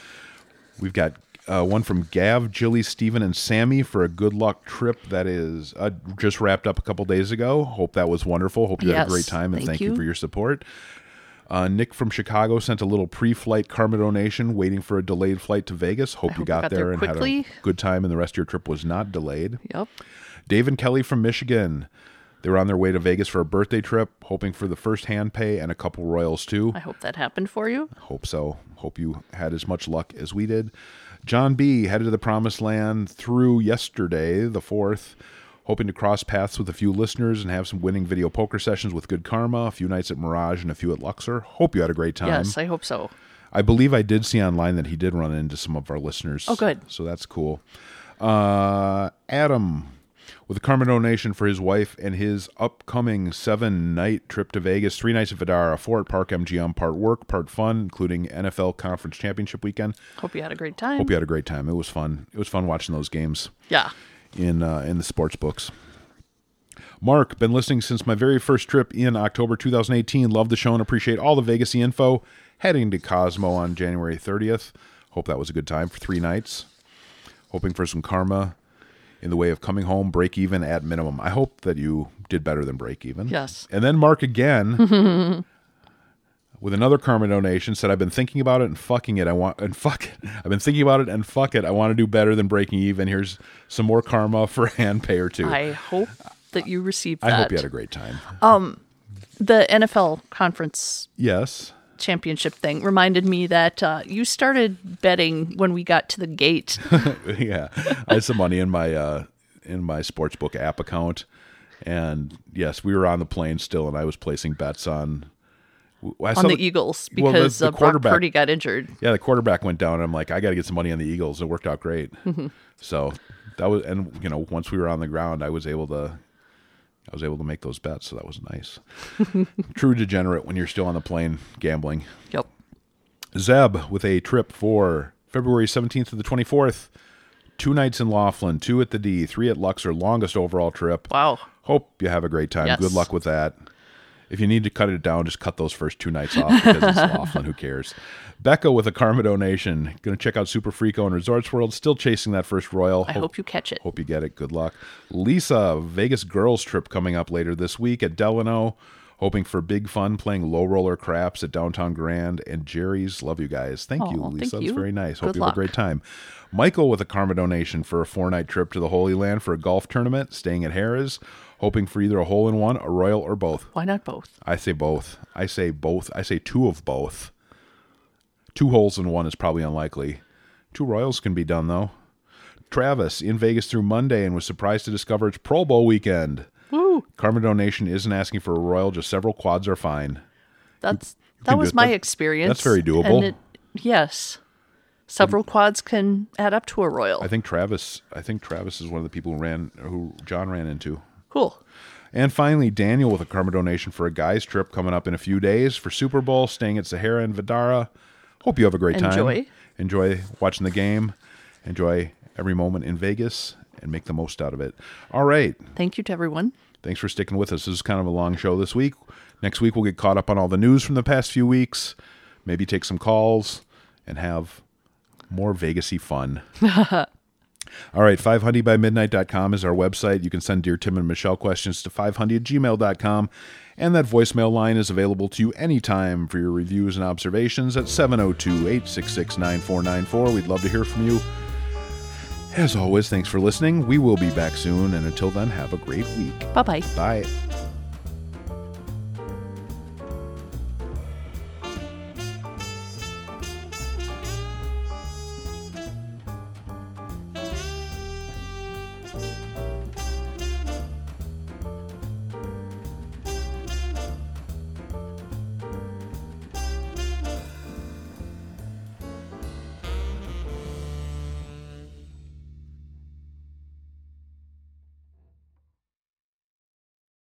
We've got uh, one from Gav, Jilly, Steven, and Sammy for a good luck trip that is uh, just wrapped up a couple days ago. Hope that was wonderful. Hope you had
Yes,
a great time, and
thank
thank, you.
you.
for your support. Uh, Nick from Chicago sent a little pre-flight karma donation, waiting for a delayed flight to Vegas. Hope,
hope
you
we
got,
got there
there, and had a
quickly.
good time, and the rest of your trip was not delayed.
Yep.
Dave and Kelly from Michigan. They were on their way to Vegas for a birthday trip, hoping for the first hand pay and a couple royals too.
I hope that happened for you.
Hope so. Hope you had as much luck as we did. John B. headed to the promised land through yesterday, the 4th, hoping to cross paths with a few listeners and have some winning video poker sessions with Good Karma, a few nights at Mirage, and a few at Luxor. Hope you had a great time.
Yes, I hope so.
I believe I did see online that he did run into some of our listeners.
Oh, good.
So that's cool. Uh, Adam with a karma donation for his wife and his upcoming seven night trip to Vegas, three nights at Vidara, four at Park MGM, part work, part fun, including NFL Conference Championship weekend.
Hope you had a great time.
Hope you had a great time. It was fun. It was fun watching those games
yeah.
in uh, in the sports books. Mark, been listening since my very first trip in October 2018. Love the show and appreciate all the Vegas info. Heading to Cosmo on January 30th. Hope that was a good time for three nights. Hoping for some karma in the way of coming home, break even at minimum. I hope that you did better than break even.
Yes.
And then Mark again with another karma donation said, I've been thinking about it and fucking it. I want and fuck it. I've been thinking about it and fuck it. I want to do better than breaking even. Here's some more karma for a hand pay or two.
I hope that you received
I
that.
hope you had a great time.
the NFL conference
yes.
championship thing reminded me that uh, you started betting when we got to the gate.
yeah. I had some money in my uh in my sportsbook app account. And yes, we were on the plane still and I was placing bets on I saw
on the, Eagles
well, the-
because
the
uh, Brock
quarterback-
Purdy got injured.
yeah, the quarterback went down. And I'm like, I got to get some money on the Eagles. It worked out great. So that was, and you know, once we were on the ground, I was able to, I was able to make those bets. So that was nice. True degenerate when you're still on the plane gambling.
Yep.
Zeb with a trip for February 17th to the 24th. Two nights in Laughlin, two at the D, three at Luxor. Longest overall trip.
Wow.
Hope you have a great time.
Yes.
Good luck with that. If you need to cut it down, just cut those first two nights off because it's Laughlin. Who cares? Becca with a karma donation. Going to check out Super Freako and Resorts World. Still chasing that first Royal.
I hope you catch it.
Hope you get it. Good luck. Lisa, Vegas girls trip coming up later this week at Delano. Hoping for big fun playing low roller craps at Downtown Grand and Jerry's. Love you guys. Thank you,
Aw, thank
Lisa. That's
you.
very nice. Hope
Good
you have a
luck.
great time. Michael with a karma donation for a four night trip to the Holy Land for a golf tournament, staying at Harrah's. Hoping for either a hole in one, a royal, or both.
Why not both?
I say both. I say both. I say two of both. Two holes in one is probably unlikely. Two royals can be done though. Travis in Vegas through Monday and was surprised to discover it's Pro Bowl weekend. Woo! Karma donation isn't asking for a royal, just several quads are fine.
That's
can
that
do
was
it.
my
That's-
experience.
that's very
and
doable.
it- yes, several quads can add up to a royal.
I think Travis. I think Travis is one of the people who ran, who John ran into.
cool.
And finally, Daniel with a karma donation for a guys trip coming up in a few days for Super Bowl, staying at Sahara and Vidara. Hope you have a great time.
Enjoy.
Enjoy watching the game. Enjoy every moment in Vegas and make the most out of it. All right.
Thank you to everyone.
Thanks for sticking with us. This is kind of a long show this week. Next week, we'll get caught up on all the news from the past few weeks, maybe take some calls, and have more Vegasy fun. All right, 500 by midnight.com is our website. You can send Dear Tim and Michelle questions to 500 gmail.com. And that voicemail line is available to you anytime for your reviews and observations at 702 866 9494. We'd love to hear from you. As always, thanks for listening. We will be back soon. And until then, have a great week.
Bye bye.
Bye.